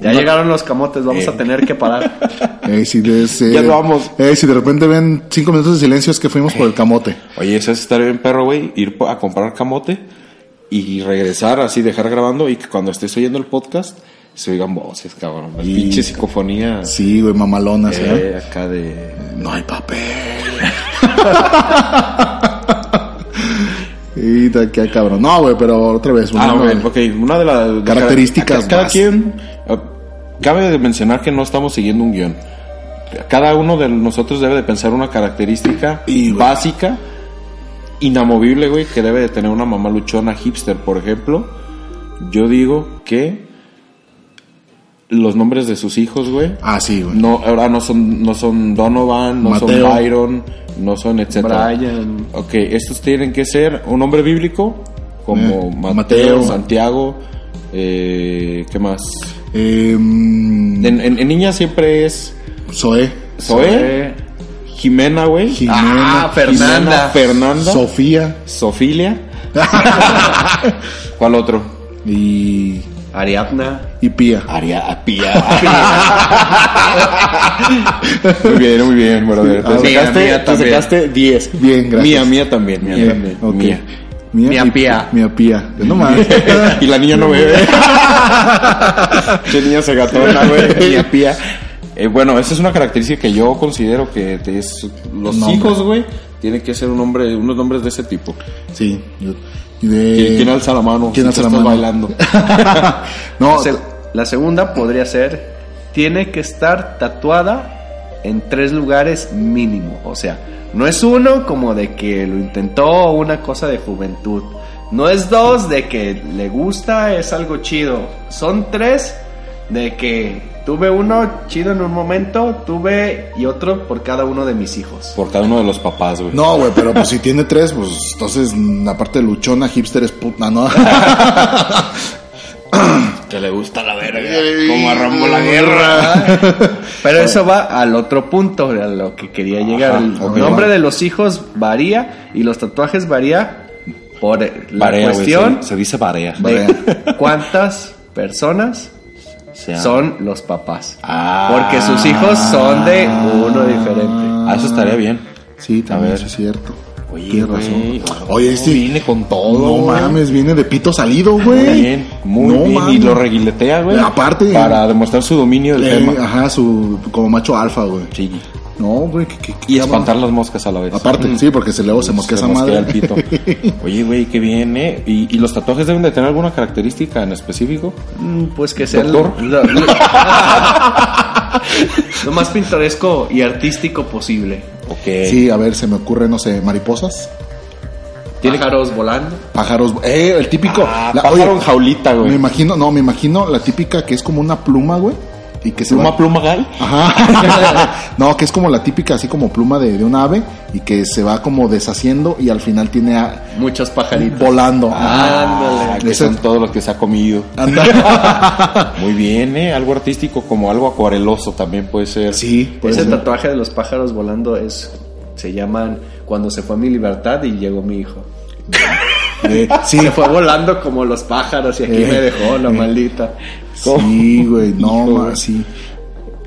Ya llegaron los camotes, vamos
Eh.
a tener que parar.
[LAUGHS]
Eh, si des- eh,
Ya lo vamos. Eh.
eh, si de repente ven cinco minutos de silencio es que fuimos por el camote.
Oye, eso es estar bien perro, güey, ir po- a comprar camote y regresar así, dejar grabando y que cuando estés oyendo el podcast se oigan voces, cabrón.
Y-
Pinche psicofonía
Sí, güey, mamalonas. ¿eh?
eh, acá de...
No
[LAUGHS]
hay papel. y ta- qué cabrón. No, güey, pero otra vez.
Ah,
bueno,
ok, ok, una de las...
Características
Cada,
más.
quien... ah, Cabe de mencionar que no estamos siguiendo un guión. Cada uno de nosotros debe de pensar una característica
Y, güey.
básica inamovible, güey, que debe de tener una mamá luchona hipster, por ejemplo, yo digo que los nombres de sus hijos, güey,
Ah, sí, güey.
no, ahora no son, no son Donovan, no
Mateo.
son Byron, no son etcétera.
Brian.
Ok, estos tienen que ser un nombre bíblico como
Eh,
Mateo,
Mateo.
Santiago, eh, ¿qué más?
Em,
En, en- en niña siempre es
Zoe,
Zoe, Jimena, güey.
Jimena,
Ah, Fernanda.
Jimena, Fernanda,
Sofía [LAUGHS]
Sofilia. ¿Cuál otro?
y,
Ariadna.
y Pía.
Aria, Pia.
[LAUGHS]
muy bien, muy bien, brother.
Ah,
Te
mía,
sacaste,
mía
te
también.
sacaste 10.
Bien, gracias.
Mía, mía también. Mía, también.
Ok.
Mía.
Mía,
Mía
y-
Pía.
Mía Pía.
[LAUGHS]
No mames.
y la niña no
[LAUGHS]
bebe. Che niña se gatona, güey. Niña pía. Eh, bueno, esa es una característica que yo considero que te- es los
Nombre.
hijos, güey, tienen que ser un hombre, unos nombres de ese tipo.
Sí. yo- y de-
¿Quién, quién alza la mano?
¿Quién
Si
alza
tú
la
estás
mano?
bailando.
no,
Se- La segunda podría ser, tiene que estar tatuada en tres lugares mínimo. O sea, no es uno como de que lo intentó una cosa de juventud. No es dos de que le gusta, es algo chido. Son tres de que tuve uno chido en un momento, tuve y otro por cada uno de mis hijos.
Por cada uno de los papás, güey.
no, güey, pero pues si tiene tres, pues entonces la parte luchona, hipster es
[LAUGHS]
puta, ¿no?
Que le gusta la verga.
como a Rambo la
guerra.
Pero eso va al otro punto, a lo que quería llegar. el
ok,
nombre
va.
de los hijos varía y los tatuajes varía por eh, la
Barea, güey.
cuestión
Se, se dice barea.
de [LAUGHS] cuántas personas
O sea,
son los papás.
Ah.
Porque sus hijos son de uno diferente.
Ah, eso estaría bien.
Sí, también
ver.
eso es cierto.
Oye,
Tienes
güey.
razón. Oye, este-
Viene con todo.
No
güey.
mames, viene de pito salido, güey.
Muy bien, muy
No
bien. Y
mames.
lo reguiletea, güey.
Aparte.
Para demostrar su dominio del
Eh,
tema.
Ajá, su como macho alfa, güey.
Sí.
No, güey, que, que- que-
Y espantar las moscas a la vez.
Aparte, sí, porque se luego se mosquea esa madre.
mosquea el pito. Oye, güey, qué bien, ¿eh? ¿Y, y los tatuajes deben de tener alguna característica en específico?
Mm, Pues que sea el-
Doctor.
[LAUGHS] lo, lo- lo más pintoresco y artístico posible.
Ok.
[LAUGHS] Sí, a ver, se me ocurre, no sé, mariposas,
Pájaros volando.
pájaros, eh, el típico.
Ah,
la-
pájaro
oye,
en jaulita,
Me
güey.
imagino, no, me imagino la típica que es como una pluma, güey, y que se
Pluma,
va-
pluma, gay. [LAUGHS]
Ajá. [LAUGHS] no, que es como la típica así como pluma de, de un ave y que se va como deshaciendo y al final tiene a-
Muchos pajaritos.
volando.
Ándale.
Ah, que
Ese-
son todo lo que se ha comido. [LAUGHS]
Ah.
Muy bien, ¿eh? Algo artístico, como algo acuareloso también puede ser.
Sí, pues, puede
Ese
ser.
tatuaje de los pájaros volando es se llaman cuando se fue mi libertad y llegó mi hijo.
Eh, sí,
Se fue volando como los pájaros y aquí
Eh,
me dejó la maldita.
sí, güey, no,
Hijo,
ma-
güey.
sí.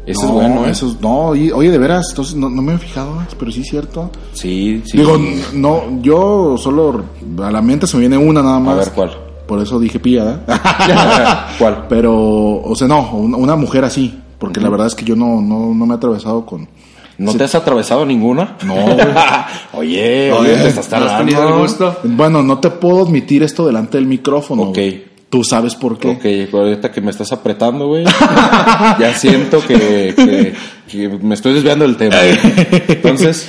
Eso
No,
es bueno, ¿eh?
Eso es- no, y- oye, de veras, entonces no, no me he fijado, Max, pero sí es cierto.
Sí, sí.
Digo, n- no, yo solo a la mente se me viene una nada más.
ver, ¿cuál?
[LAUGHS]
[LAUGHS]
Por eso dije pillada. [LAUGHS]
¿Cuál?
pero, o sea, no, una, una mujer así. Porque la verdad es que yo no, no, no me he atravesado con.
¿No te has atravesado ninguna? No, Oye,
Oye,
oye, te estás
¿No has
tardando.
tenido el gusto?
Bueno, no te puedo admitir esto delante del micrófono.
Ok.
güey. Tú sabes por qué.
Ok, ahorita que me estás apretando, güey. ya siento que, que- que me estoy desviando del tema. güey. Entonces,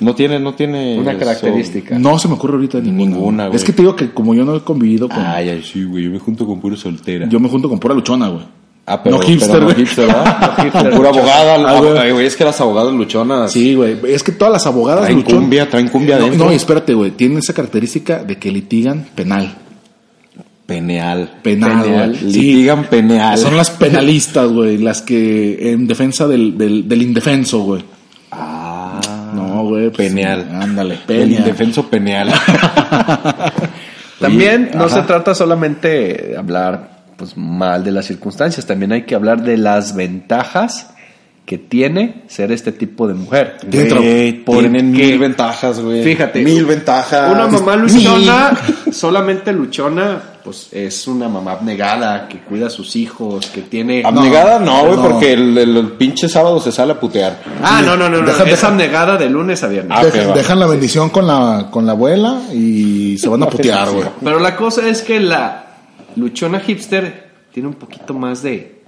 no tiene, no tiene
Una
eso-
característica.
No se me ocurre ahorita ninguna.
Ninguna, güey.
Es que te digo que como yo no he convivido con.
Ay, ay, sí, güey. Yo me junto con puro soltera.
Yo me junto con pura luchona, güey.
ah, pero,
no hipster,
pero no
güey.
hipster,
[LAUGHS]
¿verdad?
No hipster,
Con pura
luchona.
abogada.
Ah, güey.
ay, güey, es que las abogadas luchonas
Sí, güey. Es que todas las abogadas
traen
luchonas-
cumbia, traen cumbia
No,
adentro.
no, espérate, güey. Tienen esa característica de que litigan penal.
Peneal.
Penal,
Peneal.
güey.
Litigan peneal.
Son las penalistas, güey. Las que en defensa del, del, del indefenso, güey.
Ah.
No, güey. pues,
Peneal.
Ándale,
El
peneal.
indefenso peneal.
También no
ajá.
se trata solamente de hablar pues mal de las circunstancias, también hay que hablar de las ventajas que tiene ser este tipo de mujer.
Güey,
¿Por
tienen
qué?
mil ventajas, güey.
Fíjate.
Mil ventajas.
Una mamá luchona, solamente luchona, pues es una mamá abnegada que cuida a sus hijos, que tiene.
Abnegada no, güey,
no.
porque el, el- el pinche sábado se sale a putear.
Ah, no, no, no, no.
Deja-
es
deja-
abnegada de lunes a viernes.
Ah,
Deja-
pero-
dejan la bendición con la, con la abuela y se van a putear, güey.
Pero la cosa es que la luchona hipster tiene un poquito más de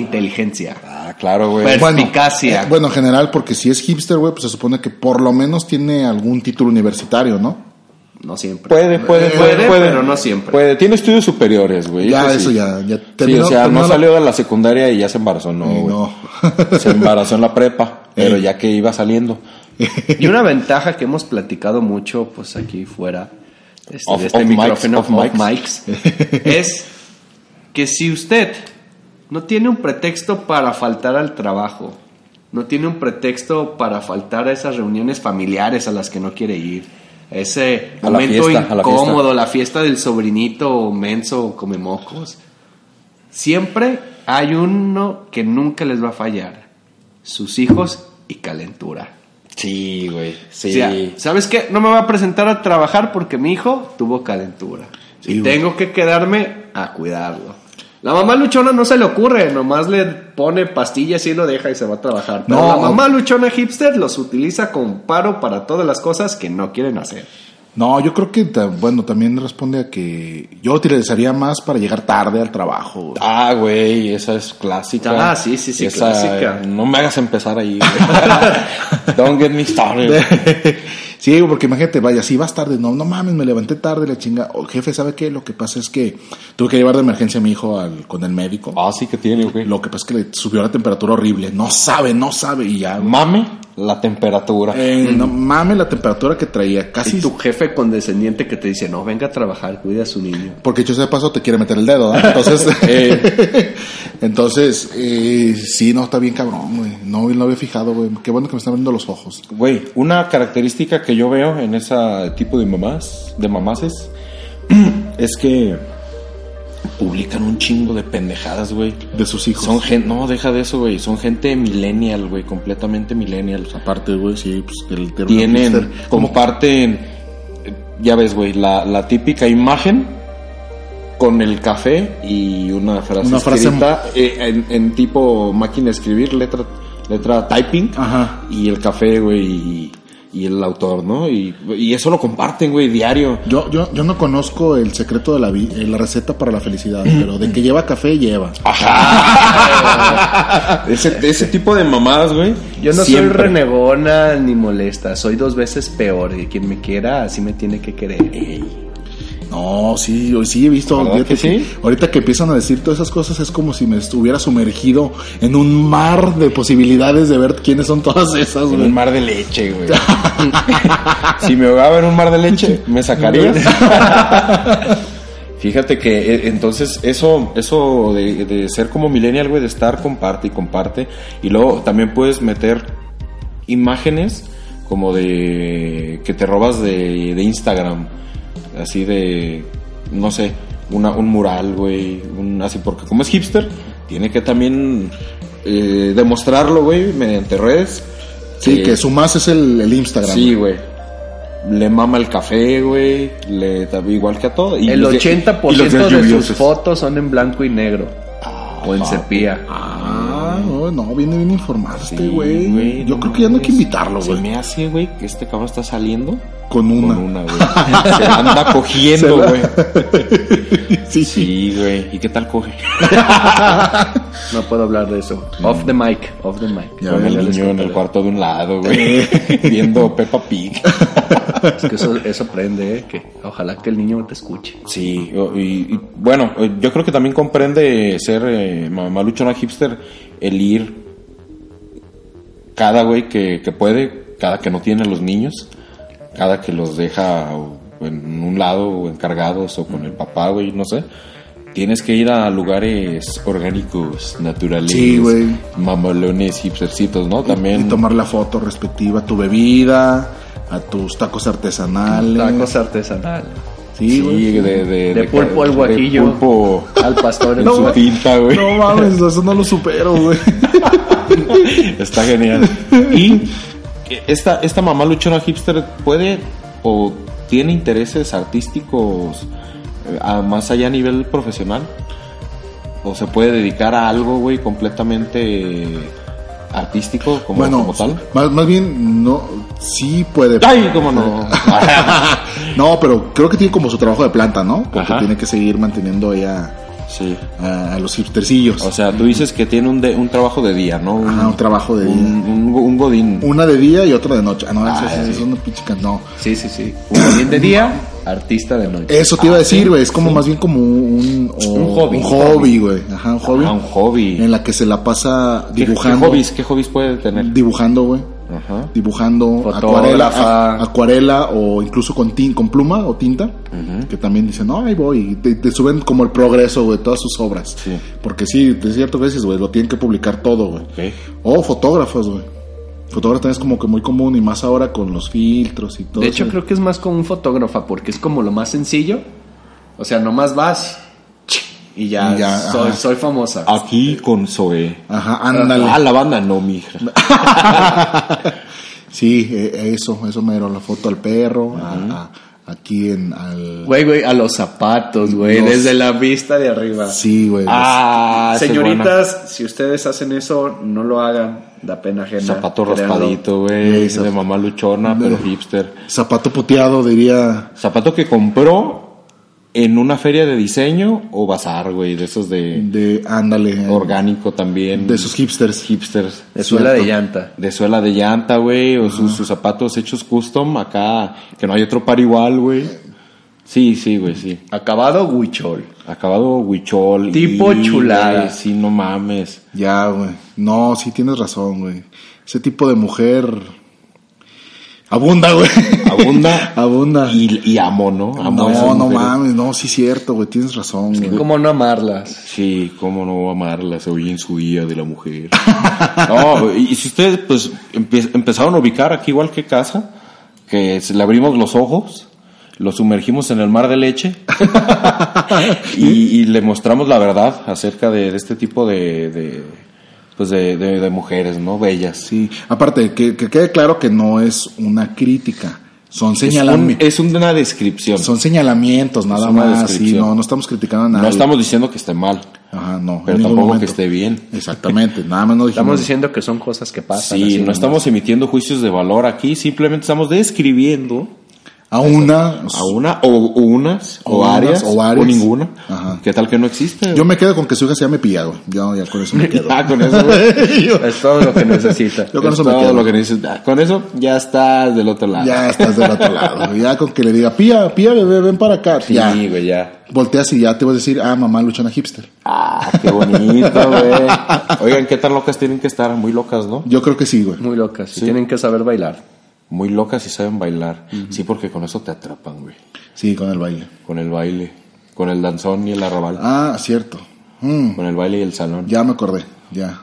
Inteligencia.
Ah, claro, güey.
Perfecto.
Bueno,
Perspicacia.
eh, bueno, en general, porque si es hipster, güey, pues se supone que por lo menos tiene algún título universitario, ¿no?
No siempre.
Puede, puede, puede,
puede,
puede.
pero no siempre.
Puede. Tiene estudios superiores, güey.
Ya,
sí.
eso ya- ya
sí,
terminó-
o sea,
terminó
no
la-
salió de la secundaria y ya se embarazó, no,
Y
güey.
no.
Se embarazó en la
[LAUGHS]
prepa, pero ya que iba saliendo.
Y una ventaja que hemos platicado mucho, pues aquí fuera este,
Off-
de este
off mics,
micrófono,
off
off mics, es que si usted no tiene un pretexto para faltar al trabajo, no tiene un pretexto para faltar a esas reuniones familiares a las que no quiere ir, a ese
A la
momento
fiesta, a la fiesta.
incómodo, la fiesta del sobrinito menso come mocos, siempre hay uno que nunca les va a fallar, sus hijos y calentura.
Sí, güey. Sí.
O sea, ¿sabes qué? No me voy a presentar a trabajar porque mi hijo tuvo calentura. y tengo que quedarme a cuidarlo. La mamá luchona no se le ocurre, nomás le pone pastillas y lo deja y se va a trabajar. Pero
No.
la mamá luchona hipster los utiliza como paro para todas las cosas que no quieren hacer.
[LAUGHS] No, yo creo que, ta- bueno, también responde a que yo utilizaría más para llegar tarde al trabajo.
[LAUGHS]
güey.
Ah, güey, esa es clásica.
Ah, sí, sí, sí,
Esa,
clásica.
eh, No me hagas empezar ahí. güey. Don't get me started.
sí, güey, porque imagínate, vaya, si vas tarde, no, no mames, me levanté tarde, la chinga. O, jefe, ¿sabe qué? Lo que pasa es que tuve que llevar de emergencia a mi hijo al, con el médico.
Ah, sí que tiene, güey.
Lo que pasa es que le subió la temperatura horrible. No sabe, no sabe. Y ya, güey.
Mame la temperatura.
Eh, no mames la temperatura que traía. Casi
Y tu jefe condescendiente que te dice, no, venga a trabajar, cuida a su niño.
Porque yo de paso te quiere meter el dedo, ¿no? Entonces,
[LAUGHS]
eh, [LAUGHS] entonces eh, sí, no, está bien cabrón, güey. No, no había fijado, güey. Qué bueno que me están abriendo los ojos.
Güey, una característica que yo veo en ese tipo de mamás, de mamases, [CLEARS THROAT] es que publican un chingo de pendejadas, güey.
De sus hijos.
Son gente, no, deja de eso, güey. Son gente millennial, güey, completamente millennial.
Aparte, güey, sí, pues el término
Tienen,
hipster. Como
comparten, eh, ya ves, güey, la, la típica imagen con el café y una frase
Una frase-
escrita, eh, en, en tipo máquina de escribir, letra, letra typing.
Ajá.
Y el café, güey, y, y el autor, ¿no? Y, y eso lo comparten, güey, diario.
Yo, yo, yo no conozco el secreto de la, vi- eh, la receta para la felicidad, pero de que lleva café, lleva.
Ese, ese tipo de mamadas, güey.
Yo no soy
siempre.
renegona ni molesta, soy dos veces peor y quien me quiera así me tiene que querer.
No, sí, hoy sí he visto.
¿Verdad
fíjate
que sí?
Ahorita que empiezan a decir todas esas cosas es como si me estuviera sumergido en un mar de posibilidades de ver quiénes son todas esas,
En
güey.
un mar de leche, güey. si me ahogaba en un mar de leche, ¿me sacarías? [LAUGHS] Fíjate que eh, entonces eso, eso de, de ser como millennial, güey, de estar comparte y comparte. Y luego también puedes meter imágenes como de que te robas de, de Instagram. Así de, no sé, una, un mural, güey. un- Así porque como es hipster, tiene que también eh, demostrarlo, güey, mediante redes.
Sí, que su más es el, el Instagram.
Sí, güey. Le mama el café, güey. Le da igual que a todo. Y
El
los días-
80%
y los días
de sus
lluviosos.
fotos son en blanco y negro. o en sepia.
Ah, no, no, viene bien informado este
Sí,
güey.
güey,
Yo creo que ya no hay que
mames.
invitarlo,
Se
güey.
me hace, güey, que este cabrón está saliendo
Con
con
una.
una,
[LAUGHS]
güey. Se la anda cogiendo,
Se la-
güey.
[LAUGHS] Sí,
Sí, güey. ¿Y qué tal coge?
No puedo hablar de eso. Off the mic, off the mic.
Ya
Con
ves,
el
ya les
niño en el
contaré.
cuarto de un lado,
[LAUGHS]
güey. Viendo Peppa Pig.
Es que eso, eso prende, eh, que ojalá que el niño no te escuche.
Sí, o- y, y, bueno, eh, yo creo que también comprende ser eh, mamá luchona hipster el ir cada güey que, que puede, cada que no tiene a los niños, cada que los deja o en un lado o encargados o con el papá, güey, no sé. Tienes que ir a lugares orgánicos, naturales,
Sí, güey.
mamalones, hipstercitos, ¿no? También
Y tomar la foto respectiva a tu bebida, a tus tacos artesanales.
Tacos artesanal.
Sí, güey.
sí, de, de,
De pulpo al guajillo.
De
[LAUGHS]
pulpo
Al pastor en
en su
su-
tinta, güey.
No mames, eso no lo supero,
[LAUGHS]
güey.
Está
[LAUGHS]
genial. Y esta, esta mamá luchona hipster puede o tiene intereses artísticos eh, a- más allá a nivel profesional. O se puede dedicar a algo, güey, completamente artístico como,
Bueno,
como tal.
más, más bien, no, sí
[LAUGHS]
puede.
¡Ay, cómo
[LAUGHS]
no!
No, pero creo que tiene como su trabajo de planta, ¿no? Porque
Ajá.
tiene que seguir manteniendo ella
Sí.
a, a los hipstercillos.
O sea, tú dices que tiene un, de- un trabajo de día, ¿no?
Ajá, un trabajo de
un,
día.
un- un godín.
Una de día y otra de noche. Ah, no, eso
Ah,
es-
sí.
es una pinche can- No.
Sí, sí, sí. Un godín de día, artista de noche.
Eso
Ah,
te iba a decir, güey. Es como más bien como un, o-
Un hobby.
Un hobby, güey. Ajá, un hobby.
Ah, un hobby.
En la que se la pasa
¿Qué, qué
dibujando.
hobbies, ¿Qué hobbies puede tener?
Dibujando, güey.
Ajá.
Dibujando acuarela,
Fotógrafa.
a- acuarela o incluso con, tin- con pluma o tinta. Que también dicen, no, ahí voy. Y te, te suben como el progreso, güey, todas sus obras.
Sí.
Porque sí, de cierto veces, güey, lo tienen que publicar todo, güey.
Ok.
O fotógrafos, güey. Fotógrafos también es como que muy común y más ahora con los filtros y todo.
De hecho, creo que es más como un fotógrafa porque es como lo más sencillo. O sea, nomás vas ch, y ya,
Y ya,
soy,
ajá.
soy famosa.
Aquí con Zoe.
Ajá, ándale.
Ah, la banda no, mija.
Sí, eh, eso, eso mero, la foto al perro, a- a- aquí en al
Güey, güey, a los zapatos, güey,
Los-
desde la vista de arriba.
sí, güey.
Ah, esa es buena.
Señoritas, si ustedes hacen eso, no lo hagan, da pena ajena.
Zapato
créanlo.
raspadito, güey.
Sí,
De
zap-
mamá luchona, pero hipster.
los- Zapato puteado diría
Zapato que compró en una feria de diseño o bazar, güey, de esos de
de ándale. eh,
orgánico también.
Mm. De esos hipsters.
hipsters.
De suela
Cierto.
de llanta.
De suela de llanta, güey, o sus, sus zapatos hechos custom acá, que no hay otro par igual, güey. Sí, sí, güey, sí.
Acabado huichol.
Acabado huichol.
Tipo
y,
chulada.
güey, sí, no mames.
Ya, güey. No, sí tienes razón, güey. Ese tipo de mujer abunda, güey.
Abunda.
[LAUGHS]
Ah, pues,
abunda.
Y, y amo, ¿no? Amo a esas
Ah. no, no
mujeres.
mames, no, sí cierto, güey, tienes razón, güey.
¿Cómo no amarlas?
Sí, cómo no amarlas hoy en su día de la mujer. [LAUGHS] no, y si ustedes pues empe- empezaron a ubicar aquí igual que casa, que se- le abrimos los ojos, lo sumergimos en el mar de [LAUGHS] leche y, y le mostramos la verdad acerca de, de este tipo de, de, pues de, de- de mujeres, ¿no? Bellas.
Sí, aparte que, que quede claro que no es una crítica, son
Es, un-
señalamientos.
es una descripción.
Son señalamientos, nada
una
más. Sí,
descripción.
no, no estamos criticando a nadie.
No estamos diciendo que esté mal,
Ajá, no. en
pero
ningún
tampoco que
momento.
esté bien.
Exactamente, nada más no dijimos.
Estamos diciendo que son cosas que pasan.
Sí,
así
no
nomás.
estamos emitiendo juicios de valor aquí, simplemente estamos describiendo
a una.
a una o o unas o,
O unas,
varias
o varias.
ninguna.
Ajá.
¿Qué tal que no existe?
Yo me quedo con que su hija se llame Pía, güey. Yo ya con eso
[LAUGHS]
me quedo.
Ah, con eso, güey.
[LAUGHS] Yo-
[LAUGHS] Es todo lo que necesita.
Yo con
Es
eso me
todo
quedo.
lo que dices. Ah, Con eso ya estás del otro lado.
Ya estás del otro lado. güey. Ya con que le diga, Pía, Pía, bebé, ven para acá.
Sí,
ya.
güey, ya.
Volteas y ya te vas a decir, ah, mamá, luchana hipster.
Ah, qué bonito,
[LAUGHS]
güey. Oigan, ¿qué tan locas tienen que estar? Muy locas, ¿no?
Yo creo que sí, güey.
Muy locas. y Tienen que saber bailar.
Muy locas y saben bailar. Sí, porque con eso te atrapan, güey.
Sí, con el baile.
Con el baile, con el danzón y el arrabal,
Ah, cierto. Mm,
con el baile y el salón.
ya me acordé. Ya.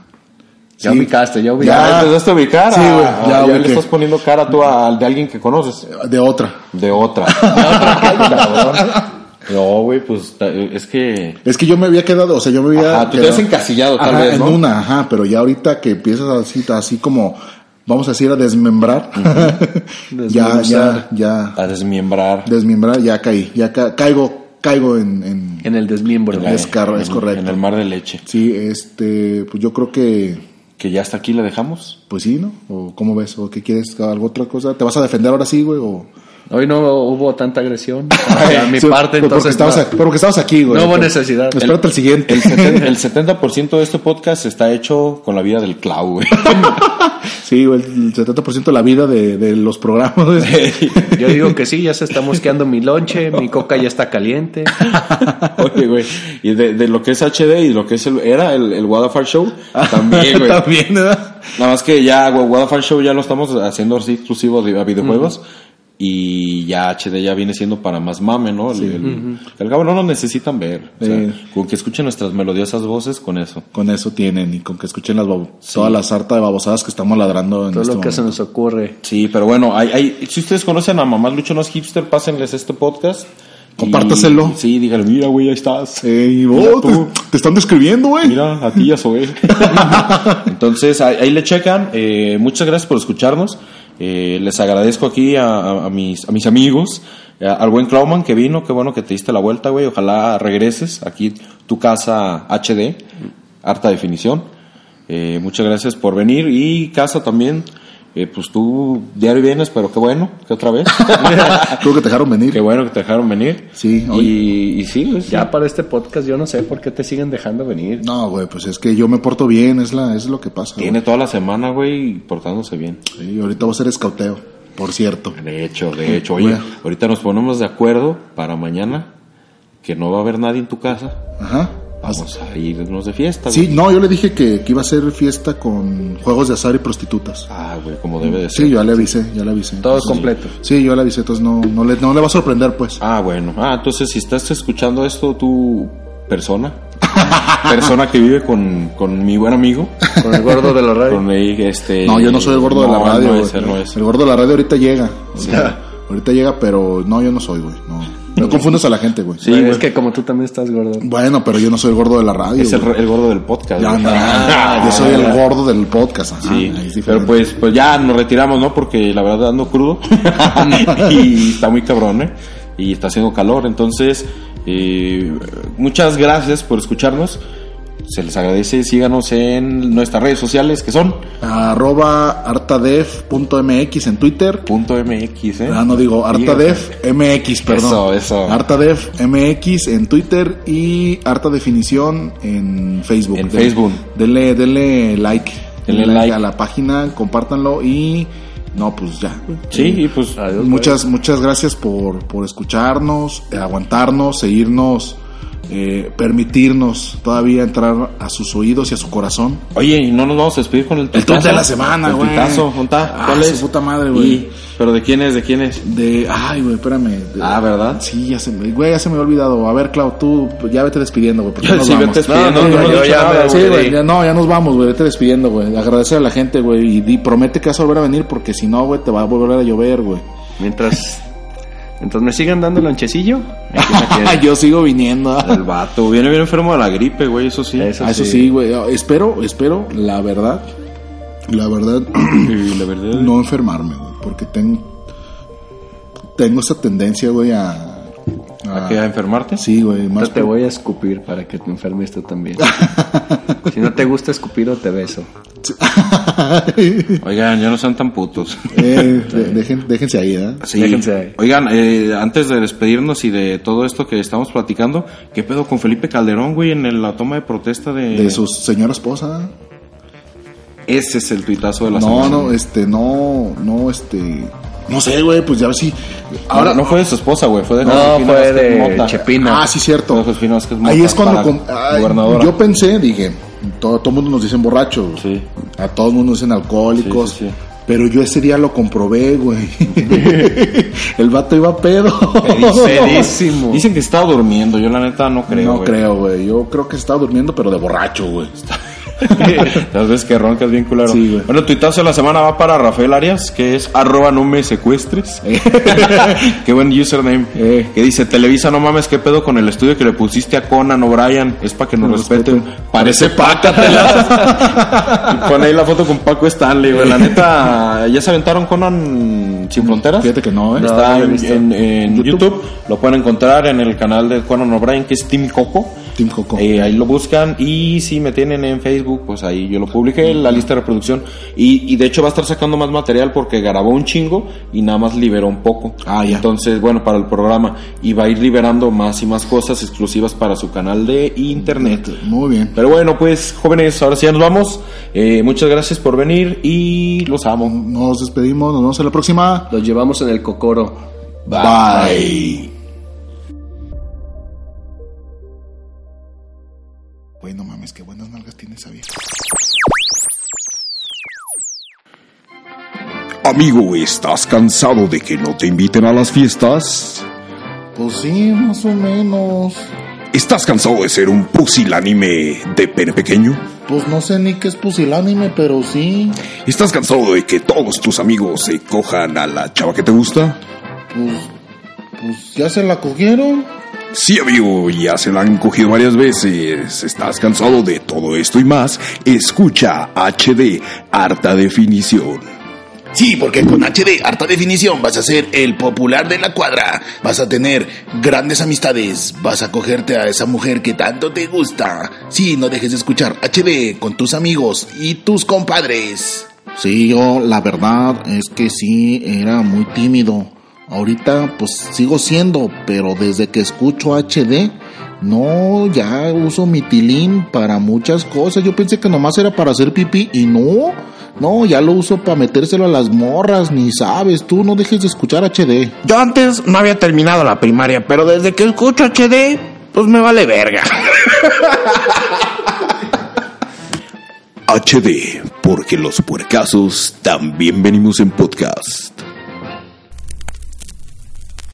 Ya
Sí.
ubicaste, ya
Ya,
ubicaste.
empezaste a ubicar.
Sí,
ah,
güey,
ah,
ya
ya, le
ubiqué.
estás poniendo cara tú al de alguien que conoces.
De otra.
De otra. [LAUGHS] Cabrón.
[LAUGHS]
no, güey, pues ta- es que.
Es que yo me había quedado, o sea, yo me había.
Ajá, tú te
quedado-
has encasillado, tal
Ajá,
vez, ¿no?
En una, ajá, pero ya ahorita que empiezas así, así como, vamos a decir, a desmembrar. [LAUGHS] ya, ya,
Desmenuzar.
ya.
A desmembrar.
Desmembrar, ya caí. Ya ca- caigo, caigo en. en-
En el desmiembro.
es car- es
en-
correcto.
En el mar de leche.
sí, este, pues yo creo que.
Que ya hasta aquí le dejamos.
Pues sí, ¿no? ¿O cómo ves? ¿O qué quieres? ¿Alguna otra cosa? ¿Te vas a defender ahora sí, güey?
[LAUGHS]
¿O.?
Hoy no hubo tanta [LAUGHS] agresión. A mi
Sí,
parte,
pero Porque
entonces.
estamos,
no.
aquí, pero porque estamos aquí, güey.
No hubo
Pero-
necesidad.
Espérate el siguiente.
El, seten- el 70% de este podcast está hecho con la vida del Clau, güey. [LAUGHS]
sí, güey, el 70% de la vida de, de los
[LAUGHS]
programas. [LAUGHS] güey.
Yo digo que sí, ya se está mosqueando mi lonche, mi coca ya está [LAUGHS] caliente.
Oye, güey. Y de, de lo que es HD y lo que es el, era el, el What the Fuck Show, también,
[LAUGHS]
güey.
[LAUGHS] También, ¿verdad?
Nada más que ya Wa- What the Fuck Show ya lo estamos haciendo así exclusivo de- a videojuegos. Y ya HD ya viene siendo para más mame, ¿no? El, el- al cabo no nos necesitan ver. O sea,
Sí.
Con que escuchen nuestras melodiosas voces, con eso.
Con eso tienen y con que escuchen las babo- toda la sarta de babosadas que estamos ladrando en
Todo
este
lo que se
momento.
nos ocurre.
Sí, pero bueno, hay, hay- si ustedes conocen a Mamá Lucho No es Hipster, pásenles este podcast. Y-
Compártaselo.
sí, díganle, mira, güey, ahí estás.
Ey, vos,
Mira
te,
tú.
te están describiendo, güey.
Mira, a ti ya soy. [LAUGHS] Entonces, ahí, ahí le checan. Eh, muchas gracias por escucharnos. Eh, les agradezco aquí a, a- a mis, a mis amigos, a- al buen Clauman que vino. Qué bueno que te diste la vuelta, güey. Ojalá regreses aquí, tu casa HD, harta definición. Eh, muchas gracias por venir. Y casa también. eh, pues tú diario vienes, pero qué bueno, que otra
[LAUGHS]
vez.
[LAUGHS] Creo que te dejaron
qué
venir.
bueno que te dejaron venir.
Sí, oye.
y, y sí, güey, sí.
Ya para este podcast yo no sé por qué te siguen dejando venir.
No, güey, pues es que yo me porto bien, es, la, es lo que pasa. güey.
Tiene toda la semana, güey, portándose bien.
Sí, ahorita voy a ser escauteo, por cierto.
De hecho, de hecho. Oye,
Bueno.
ahorita nos ponemos de acuerdo para mañana, que no va a haber nadie en tu casa.
Ajá.
Vamos a irnos de fiesta.
Sí,
güey.
no, yo le dije que, que iba a ser fiesta con juegos de azar y prostitutas.
Ah, güey, como debe de ser.
Sí, yo ya le avisé, ya le avisé.
Todo
Entonces,
completo.
Sí, yo ya le avisé, entonces no, no, le, no le va a sorprender, pues.
Ah, bueno. Ah, entonces si estás escuchando esto, tu persona, [LAUGHS] persona que vive con, con mi buen amigo,
Con el gordo de la radio.
con el, este...
No, yo no soy el gordo de la
no,
radio.
No
güey.
es, él no es.
El gordo de la radio ahorita llega. Ahorita, ahorita llega, pero no, yo no soy, güey. No, no confundas a la gente, güey.
Sí,
[LAUGHS] es
güey.
que como tú también estás gordo.
Bueno, pero yo no soy el gordo de la radio.
Es el,
güey.
el gordo del podcast.
Ya,
güey.
no,
[LAUGHS] Ah,
yo soy el
ya.
gordo del podcast. ajá,
Sí,
Ah, ahí es diferente.
pero pues, pues ya nos retiramos, ¿no? Porque la verdad ando
[LAUGHS]
crudo [LAUGHS] y está muy cabrón, ¿eh? Y está haciendo calor, entonces eh, muchas gracias por escucharnos. Se les agradece, síganos en nuestras redes sociales que son
Arroba artadef.mx en Twitter.
punto .mx, ¿eh?
Ah, no digo, Artadef MX,
Eso,
perdón.
eso.
Artadef MX en Twitter y Harta Definición en Facebook.
En
De-
Facebook.
Denle, denle like.
Denle like.
a la página, compártanlo y no, pues ya.
Sí, y pues adiós.
Muchas, muchas gracias por, por escucharnos, eh, aguantarnos, seguirnos, eh, permitirnos todavía entrar a sus oídos y a su corazón.
Oye, y no nos vamos a despedir con el
El tuit de la semana,
El
güey.
tuitazo, ¿junta?
Ah,
¿Cuál
su
es?
puta madre, güey.
Y- ¿Pero de quién es? ¿De quién es?
De, ay, güey, espérame. De-
Ah, ¿verdad?
Sí, ya se me, güey, ya se me había olvidado. A ver, Clau, tú pues, ya vete despidiendo, güey.
[LAUGHS]
porque ya nos
Sí,
vamos.
vete despidiendo,
No, no,
no
no,
hemos
yo
dicho
ya
nada,
me- sí,
güey.
güey, ya- no, ya nos vamos, güey. Vete despidiendo, güey. Agradecer a la gente, güey. Y di- promete que vas a volver a venir porque si no, güey, te va a volver a llover, güey.
Mientras, mientras me sigan dando lonchecillo, [LAUGHS] aquí me
[LAUGHS]
tienen.
yo
[LAUGHS]
sigo viniendo.
El vato. Viene bien enfermo de la gripe, güey, eso sí.
Eso
Ah, eso sí, güey. Ah, Espero, espero, la verdad,
[CLEARS THROAT]
la verdad,
Y la verdad...
no enfermarme, güey. Porque tengo, tengo esa tendencia, güey, a...
¿A qué? ¿A enfermarte?
Sí, güey. Más
Ahorita te voy a escupir para que te enfermes tú también. si no te gusta escupir o te beso.
Oigan, ya no sean tan putos.
Eh,
[LAUGHS]
de- dejen- déjense ahí, ¿eh?
Sí.
Déjense ahí.
Oigan, eh, antes de despedirnos y de todo esto que estamos platicando, ¿qué pedo con Felipe Calderón, güey, en el- la toma de protesta de...
De su señora esposa.
Ese es el tuitazo de la
No,
semana.
no, este, no, no, este. No sé, güey, pues ya ver si. Ahora.
no fue de su esposa, güey, fue de...
No,
Josefina
fue
Vázquez
de
Mota.
Chepina.
Ah, sí, cierto.
No, Josefina Vázquez Mota
Ahí es cuando.
para
com- ay,
gobernadora.
yo pensé, dije, todo, todo mundo nos dicen borrachos.
Sí.
A todo mundo nos dicen alcohólicos.
Sí, sí, sí.
Pero yo ese día lo
[LAUGHS]
comprobé, güey. El vato iba pedo.
Pedísimo.
Dicen que estaba durmiendo, yo la neta no creo,
no
güey.
creo, güey. Yo creo que estaba durmiendo, pero de borracho, güey.
[LAUGHS] Las veces que roncas bien culero.
Sí, güey.
bueno, tuitazo de la semana va para Rafael Arias, que es arroba no me [LAUGHS] secuestres. qué buen username.
Eh.
Que dice, Televisa, no mames, qué pedo con el estudio que le pusiste a Conan O'Brien. Es para que nos
Nos
respeten.
respeten.
Parece [LAUGHS] pácatelas. Y Pone ahí la foto con Paco Stanley, güey. La neta, ¿ya se aventaron Conan sin fronteras?
Fíjate que no, ¿eh?
Está
No, no lo he
en,
visto.
en- en
YouTube.
YouTube. lo pueden encontrar en el canal de Conan O'Brien, que es Team Coco.
Team Coco.
Eh, ahí lo buscan y si me tienen en Facebook, pues ahí yo lo publiqué, la lista de reproducción. Y, y de hecho va a estar sacando más material porque grabó un chingo y nada más liberó un poco.
Ah, ya.
Entonces, bueno, para el programa. Y va a ir liberando más y más cosas exclusivas para su canal de internet.
Muy bien.
Pero bueno, pues jóvenes, ahora sí ya nos vamos. Eh, muchas gracias por venir y los amo.
Nos despedimos, nos vemos en la próxima.
Los llevamos en el cocoro.
Bye. Güey, no mames, qué buenas nalgas tiene esa vieja.
Amigo, ¿estás cansado de que no te inviten a las fiestas?
Pues sí, más o menos.
¿Estás cansado de ser un pusilánime de pene pequeño?
Pues no sé ni qué es pusilánime, pero sí.
¿Estás cansado de que todos tus amigos se cojan a la chava que te gusta?
Pues, pues ya se la cogieron.
Sí, amigo, ya se la han cogido varias veces. ¿Estás cansado de todo esto y más? Escucha HD, harta definición.
Sí, porque con HD, harta definición, vas a ser el popular de la cuadra, vas a tener grandes amistades, vas a cogerte a esa mujer que tanto te gusta. Sí, no dejes de escuchar HD con tus amigos y tus compadres.
Sí, yo la verdad es que sí, era muy tímido. Ahorita pues sigo siendo, pero desde que escucho HD, no, ya uso mi tilín para muchas cosas. Yo pensé que nomás era para hacer pipí y no, no, ya lo uso para metérselo a las morras, ni sabes, tú no dejes de escuchar HD.
Yo antes no había terminado la primaria, pero desde que escucho HD, pues me vale verga.
HD, porque los puercasos también venimos en podcast.